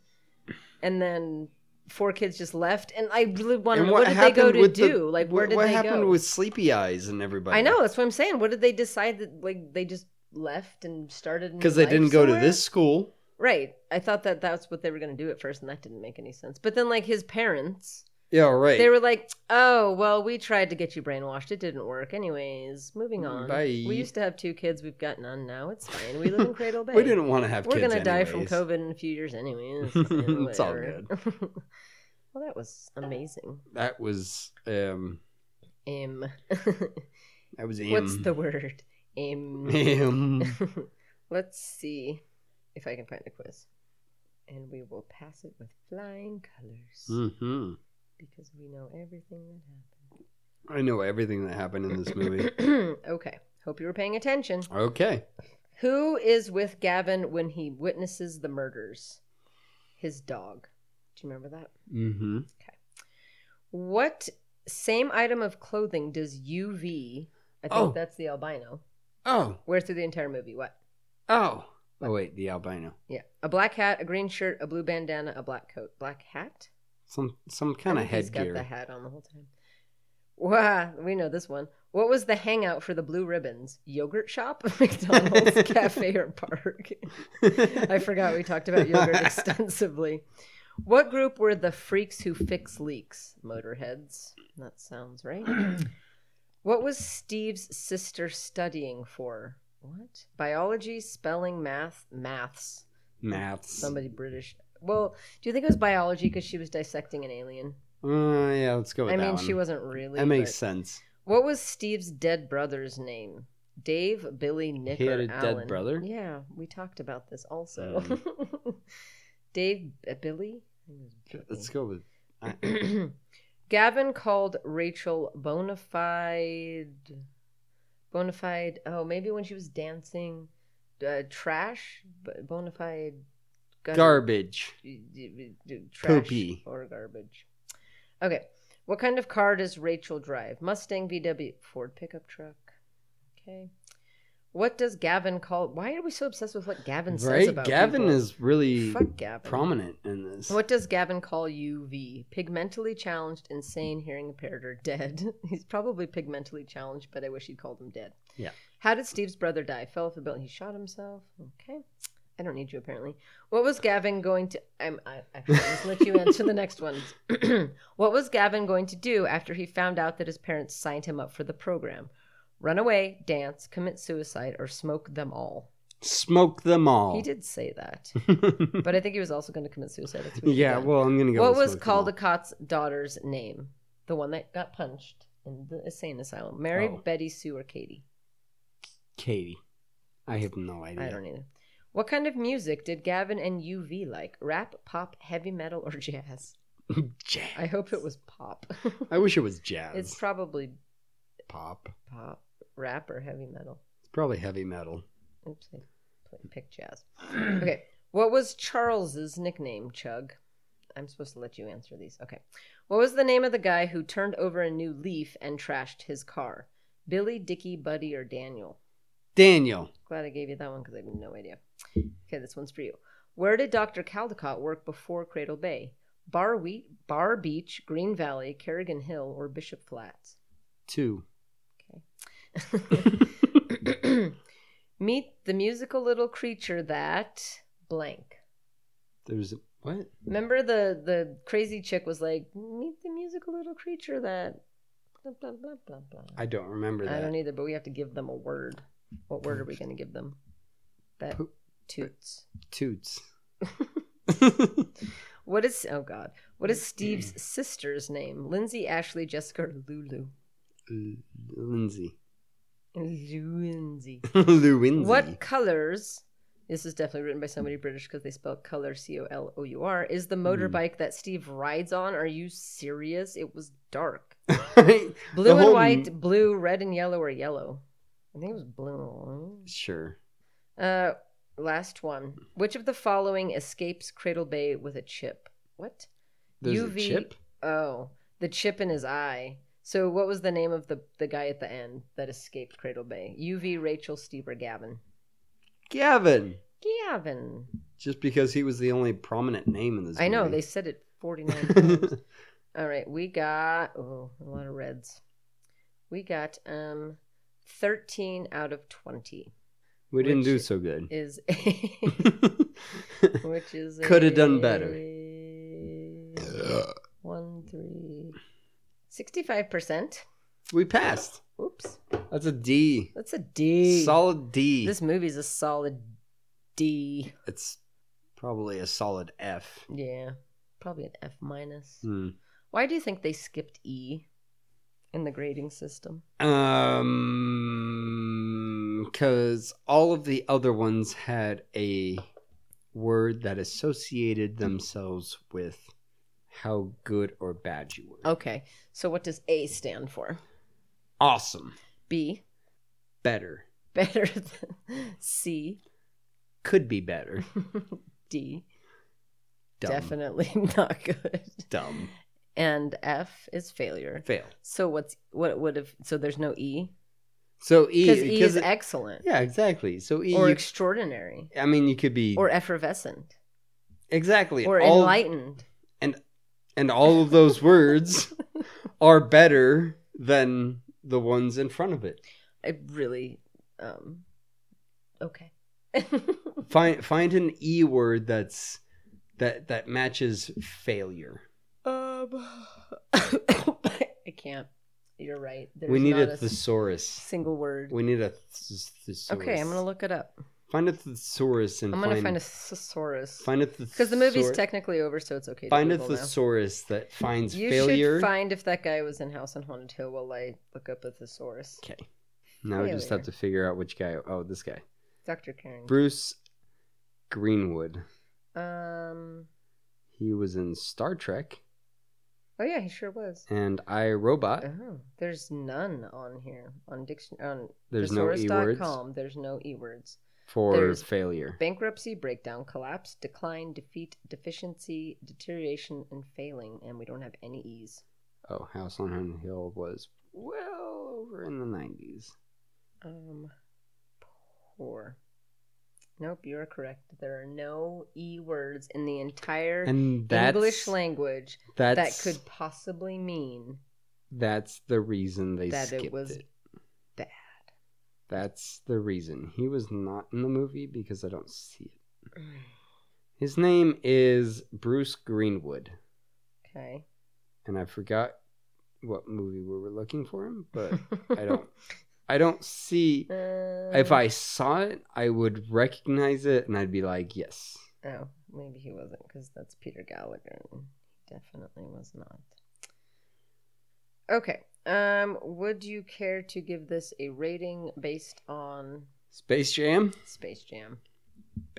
E: and then four kids just left. And I really wanted
F: And
E: what, did they
F: happened
E: go to
F: with the-
E: do? like where
F: what-
E: did
F: what
E: they
F: happened
E: go?
F: with Sleepy Eyes and everybody?
E: I know that's what I'm saying. What did they decide that like they just left and started a new
F: because they
E: life
F: didn't go to
E: somewhere?
F: this school.
E: Right. I thought that that's what they were going to do at first, and that didn't make any sense. But then like his parents.
F: Yeah, right.
E: They were like, "Oh, well, we tried to get you brainwashed. It didn't work. Anyways, moving on.
F: Bye.
E: We used to have two kids. We've got none now. It's fine. We live in Cradle Bay.
F: we didn't want to have.
E: We're
F: kids
E: gonna die from
F: anyways.
E: COVID in a few years, anyways.
F: It's all
E: Whatever. well, that was amazing.
F: That was um.
E: Im.
F: That was him.
E: What's the word? Im.
F: Him.
E: Let's see if I can find a quiz, and we will pass it with flying colors
F: hmm
E: because we know everything that happened.
F: I know everything that happened in this movie.
E: okay. Hope you were paying attention.
F: Okay.
E: Who is with Gavin when he witnesses the murders? His dog. Do you remember that?
F: Mm-hmm.
E: What same item of clothing does UV, I think
F: Oh.
E: that's the albino,
F: Oh.
E: wear through the entire movie? What?
F: Oh. Oh wait, the albino.
E: Yeah. A black hat, a green shirt, a blue bandana, a black coat. Black hat?
F: Some some kind
E: I
F: of
E: think He's
F: headgear.
E: got the hat on the whole time. Wow, we know this one. What was the hangout for the blue ribbons? Yogurt shop, McDonald's, cafe, or park? I forgot we talked about yogurt extensively. What group were the freaks who fix leaks? Motorheads. That sounds right. what was Steve's sister studying for? What? Biology, spelling, math, maths.
F: Maths.
E: Somebody British. Well, do you think it was biology because she was dissecting an alien?
F: Uh, yeah, let's go with
E: I
F: that
E: mean,
F: one.
E: she wasn't really.
F: That makes
E: but-
F: sense.
E: What was Steve's dead brother's name? Dave, Billy, Nick,
F: He had
E: or
F: a dead
E: Alan?
F: brother? Um,
E: Yeah, we talked about this also. Dave, uh, Billy. I think it
F: Let's
E: was
F: go with.
E: Billy. Gavin called Rachel bona fide, bona fide. Oh, maybe when she was dancing, uh, trash, b- bona fide, gutter-
F: Garbage.
E: trash
F: Poopy.
E: or garbage. Okay. What kind of car does Rachel drive? Mustang, VW, Ford pickup truck. Okay. What does Gavin call? Why are we so obsessed with what Gavin says
F: Right?
E: about
F: Gavin
E: people?
F: is really
E: Fuck Gavin.
F: prominent in this.
E: What does Gavin call UV? Pigmentally challenged, insane, hearing impaired, or dead? He's probably pigmentally challenged, but I wish he'd called him dead.
F: Yeah.
E: How did Steve's brother die? Fell off a building. He shot himself. Okay. I don't need you apparently. What was Gavin going to? I'm. I, actually, I'll just let you answer the next ones. what was Gavin going to do after he found out that his parents signed him up for the program? Run away, dance, commit suicide, or smoke them all.
F: Smoke them all.
E: He did say that, but I think he was also going to commit suicide. That's what he
F: yeah,
E: did.
F: well, I'm going to go
E: What
F: with
E: was
F: smoke them all.
E: Caldecott's daughter's name? The one that got punched in the insane asylum. Mary,
F: Oh.
E: Betty, Sue, or Katie?
F: Katie. I have no idea.
E: I don't either. What kind of music did Gavin and UV like? Rap, pop, heavy metal, or jazz?
F: jazz.
E: I hope it was pop.
F: I wish it was jazz.
E: it's probably
F: pop. It's
E: pop, rap, or heavy metal.
F: probably heavy metal.
E: Oops, I pl- picked jazz. Okay. What was Charles's nickname, Chug? I'm supposed to let you answer these. Okay. What was the name of the guy who turned over a new leaf and trashed his car? Billy, Dickie, Buddy, or Daniel?
F: Daniel.
E: Glad I gave you that one because I have no idea. Okay, this one's for you. Where did Dr. Caldecott work before Cradle Bay? Bar, Wheat, Bar Beach, Green Valley, Kerrigan Hill, or Bishop Flats?
F: Two.
E: Meet the musical little creature that blank.
F: There's what?
E: Remember the the crazy chick was like, meet the musical little creature that blah blah blah blah blah.
F: I don't remember that.
E: I don't either, but we have to give them a word. What word are we going to give them? That
F: Poop.
E: toots.
F: Toots.
E: What is oh god? What is Steve's sister's name? Lindsay, Ashley, Jessica, or Lulu?
F: L- Lindsay.
E: Lindsay.
F: Lewinsky.
E: What colors? This is definitely written by somebody British because they spell color C O L O U R. Is the motorbike that Steve rides on? Are you serious? It was dark. Blue and white, blue, red and yellow, or yellow. I think it was blue.
F: Sure.
E: Uh, last one. Which of the following escapes Cradle Bay with a chip? What?
F: There's a
E: UV
F: chip?
E: Oh, the chip in his eye. So what was the name of the the guy at the end that escaped Cradle Bay? UV Rachel Steber Gavin.
F: Gavin.
E: Gavin.
F: Just because he was the only prominent name in this.
E: I know
F: movie.
E: they said it forty nine times. All right, we got oh a lot of reds. We got um thirteen out of twenty
F: we didn't do
E: which-
F: so good.
E: is a, which is
F: Coulda done better.
E: a- One three. 65%.
F: we passed.
E: Oops.
F: That's a D.
E: That's a D.
F: Solid D.
E: This movie's a solid D.
F: It's probably a solid F.
E: Yeah, probably an F minus.
F: Hmm.
E: Why do you think they skipped E in the grading system?
F: Um, because all of the other ones had a word that associated themselves with how good or bad you were.
E: Okay, so what does A stand for?
F: Awesome,
E: B,
F: better,
E: better than C,
F: could be better,
E: D,
F: dumb,
E: definitely not good,
F: dumb,
E: and F is failure.
F: fail.
E: So what's what would have? So there's no E
F: So E,
E: because E
F: because
E: is
F: it-
E: excellent
F: yeah, exactly. So E,
E: or
F: you-
E: extraordinary
F: I mean, you could be
E: or effervescent
F: exactly
E: or
F: all,
E: enlightened.
F: and all of those words are better than the ones in front of it.
E: I really, um, okay.
F: find find an e word that's that that matches failure
E: Um, I can't. You're right. There's
F: we need
E: not
F: a
E: s-
F: thesaurus
E: single word.
F: we need a thes- thesaurus
E: Okay, I'm gonna look it up.
F: find a thesaurus and
E: I'm
F: find,
E: gonna find a thesaurus
F: find a thesaurus
E: because the movie's technically over, so it's okay. To
F: find a
E: Google now.
F: thesaurus that finds
E: You
F: failure
E: should find if that guy was in House on Haunted Hill while I look up a thesaurus.
F: okay now we just have
E: Failure.
F: to figure out which guy oh this guy
E: Dr. Karen.
F: bruce greenwood
E: um.
F: he was in star trek
E: Oh yeah, he sure was.
F: and i robot
E: Oh, there's none on here on diction on
F: There's no E words.
E: thesaurus.com, There's no e words.
F: for
E: there's
F: failure
E: bankruptcy, breakdown, collapse, decline, defeat, deficiency, deterioration, and failing, and we don't have any E's.
F: oh house on Haunted hill was well over in the 90s
E: Um, poor. Nope, you are correct. There are no E words in the entire
F: and that's
E: English language
F: that's,
E: that could possibly mean
F: that's the reason they
E: that
F: skipped
E: it
F: it,
E: was bad.
F: That's the reason he was not in the movie because I don't see it. His name is Bruce Greenwood,
E: Okay.
F: and I forgot what movie we were looking for him, but I don't. I don't see.
E: Uh,
F: If I saw it, I would recognize it, and I'd be like, "Yes,
E: Oh, maybe he wasn't because that's Peter Gallagher. and He definitely was not. Okay. Um, would you care to give this a rating based on
F: Space Jam,
E: Space Jam?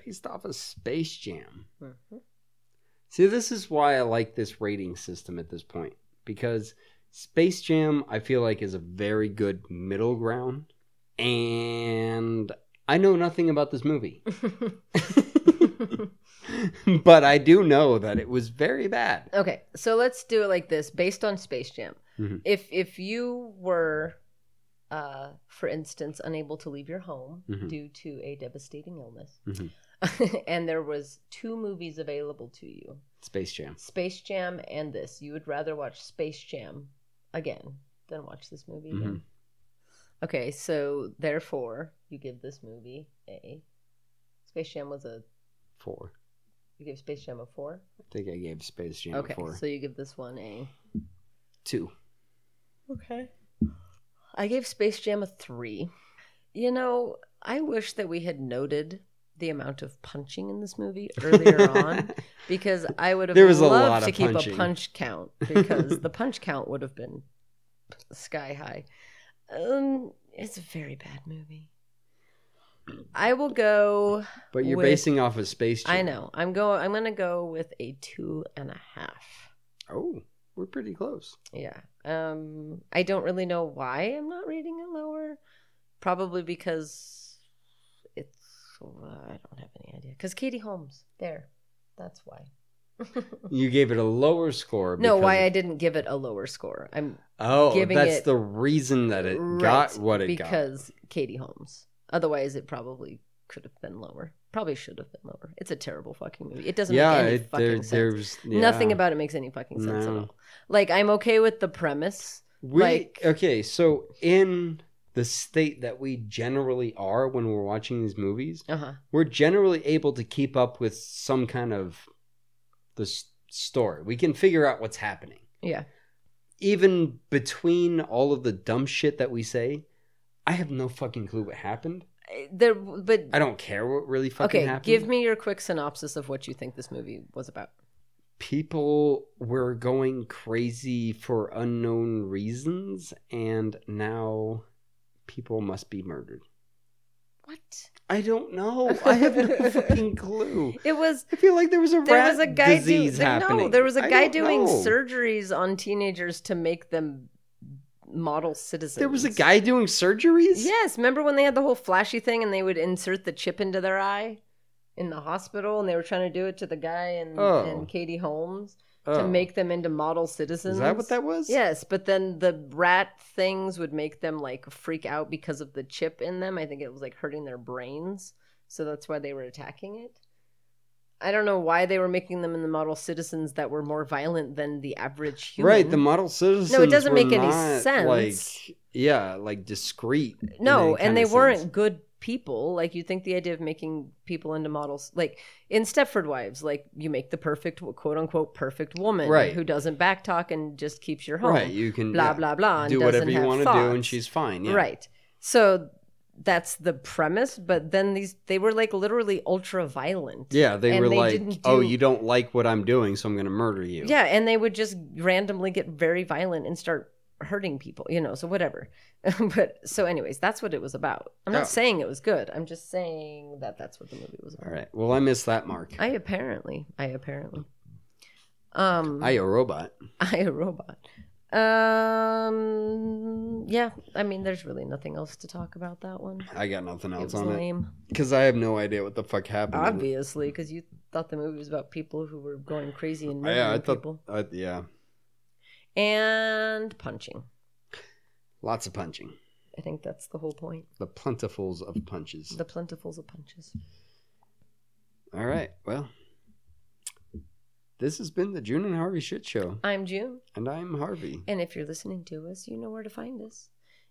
F: based off of Space Jam."
E: Mhm.
F: See, this is why I like this rating system at this point because Space Jam, I feel like, is a very good middle ground, and I know nothing about this movie, but I do know that it was very bad.
E: Okay, so let's do it like this, based on Space Jam.
F: Mhm.
E: If if you were, uh, for instance, unable to leave your home
F: Mhm.
E: due to a devastating illness,
F: Mhm.
E: and there was two movies available to you,
F: Space Jam,
E: Space Jam and this. You would rather watch Space Jam again than watch this movie again. Okay, so therefore you give this movie a Space Jam was a
F: four.
E: you give Space Jam a four.
F: I think I gave Space Jam
E: Okay,
F: four,
E: so you give this one a
F: two.
E: Okay. I gave Space Jam a three. You know, I wish that we had noted the amount of punching in this movie earlier on because I would have
F: There was a
E: loved
F: lot
E: to
F: of
E: keep
F: punching.
E: a punch count because the punch count would have been sky high. Um, it's a very bad movie. I will go.
F: But you're
E: With-
F: basing off of Space Jam.
E: I know. I'm going. I'm going to go with a two and a half.
F: Oh, we're pretty close.
E: Yeah. Um I don't really know why I'm not rating it lower. Probably because oh, it's uh, I don't have any idea. Cuz Katie Holmes there. That's why.
F: You gave it a lower score.
E: No,
F: because
E: why I
F: of-
E: didn't give it a lower score. I'm
F: oh,
E: giving
F: that's
E: it-
F: the reason that it
E: right,
F: got what it got.
E: because Katie Holmes. Otherwise, it probably could have been lower. Probably should have been lower. It's a terrible fucking movie. It doesn't
F: Yeah,
E: make any
F: it,
E: fucking
F: there,
E: sense.
F: there's yeah.
E: Nothing about it makes any fucking sense
F: No.
E: at all. Like I'm okay with the premise.
F: We,
E: Like-
F: okay, so in the state that we generally are when we're watching these movies,
E: Uh huh.
F: we're generally able to keep up with some kind of the s- story. We can figure out what's happening.
E: Yeah.
F: Even between all of the dumb shit that we say, I have no fucking clue what happened.
E: Eh, There, but
F: I don't care what really fucking
E: okay.
F: happened.
E: Give me your quick synopsis of what you think this movie was about.
F: people were going crazy for unknown reasons and now people must be murdered.
E: What?
F: I don't know. I have no fucking clue.
E: It was
F: I feel like there was a
E: there
F: rat
E: was a guy
F: disease
E: do, there-
F: happening.
E: No, there was a
F: I
E: guy
F: don't
E: doing
F: know.
E: surgeries on teenagers to make them model citizens.
F: There was a guy doing surgeries?
E: Yes, remember when they had the whole flashy thing and they would insert the chip into their eye in the hospital and they were trying to do it to the guy and,
F: Oh.
E: and Katie Holmes
F: Oh.
E: to make them into model citizens.
F: Is that what that was?
E: Yes, but then the rat things would make them like freak out because of the chip in them. I think it was like hurting their brains. So that's why they were attacking it. I don't know why they were making them in the model citizens that were more violent than the average human.
F: Right, the model citizens.
E: doesn't
F: were
E: make any
F: not,
E: sense.
F: Like, yeah, like discreet. in
E: No,
F: any kinda
E: and they weren't
F: sense.
E: good people. Like you'd think the idea of making people into models, like in Stepford Wives, like you make the perfect, quote unquote, perfect woman,
F: Right.
E: Who doesn't backtalk and just keeps your home,
F: Right, you can
E: blah
F: yeah,
E: blah blah, and
F: do
E: doesn't
F: whatever you
E: have
F: want to do,
E: thoughts.
F: and she's fine. Yeah.
E: right. So that's the premise. But then these, they were like literally ultra violent.
F: Yeah, they
E: And
F: were
E: they
F: like,
E: didn't
F: "Oh,
E: do-
F: you don't like what I'm doing, so I'm going to murder you."
E: Yeah, and they would just randomly get very violent and start hurting people, you know, so whatever. but so anyways, that's what it was about. I'm not
F: Oh.
E: saying it was good. I'm just saying that that's what the movie was
F: All
E: about.
F: right. Well, I missed that mark.
E: I apparently, I apparently. Um
F: I
E: I,
F: a robot.
E: a robot. Um yeah, I mean there's really nothing else to talk about that one.
F: I got nothing
E: It
F: else
E: was
F: on it
E: lame.
F: because I have no idea what the fuck happened. in it.
E: Obviously, cuz you thought the movie was about people who were going crazy and murdering
F: Yeah, I thought.
E: people
F: I, yeah,
E: and punching.
F: lots of punching.
E: I think that's the whole point.
F: The plentifuls of punches.
E: The plentifuls of punches.
F: All right. Well, this has been the June and Harvey shit show,
E: I'm June,
F: and I'm Harvey.
E: and if you're listening to us, you know where to find us.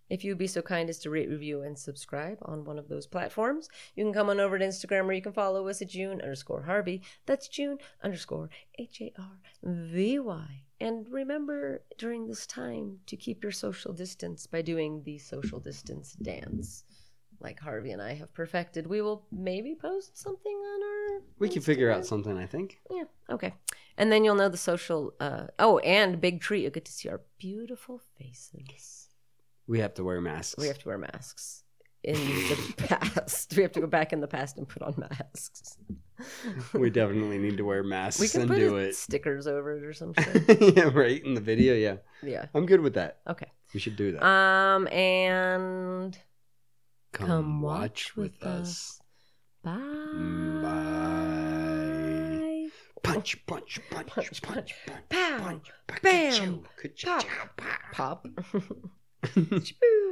E: If you'd be so kind as to rate, review, and subscribe on one of those platforms, you can come on over to Instagram where you can follow us at June underscore Harvey. That's June underscore H A R V Y. And remember during this time to keep your social distance by doing the social distance dance. Like Harvey and I have perfected. We will maybe post something on our
F: We can figure out
E: Instagram.
F: something, I think.
E: Yeah. Okay. And then you'll know the social. Uh, oh, and big treat. You'll get to see our beautiful faces.
F: We have to wear masks.
E: We have to wear masks in the past. We have to go back in the past and put on masks.
F: We definitely need to wear masks
E: We can
F: and
E: put
F: do
E: uh,
F: it.
E: stickers over it or some shit.
F: yeah, right in the video. Yeah,
E: yeah.
F: I'm good with that.
E: Okay.
F: We should do that.
E: Um. And
F: Come,
E: come
F: watch with us. Mm,
E: bye.
F: Bye. Punch, punch, punch, punch,
E: Punch,
F: punch, punch,
E: Pow.
F: punch,
E: Bam.
F: ka-choo, ka-choo, pow.
E: Pop. Pop. Choo.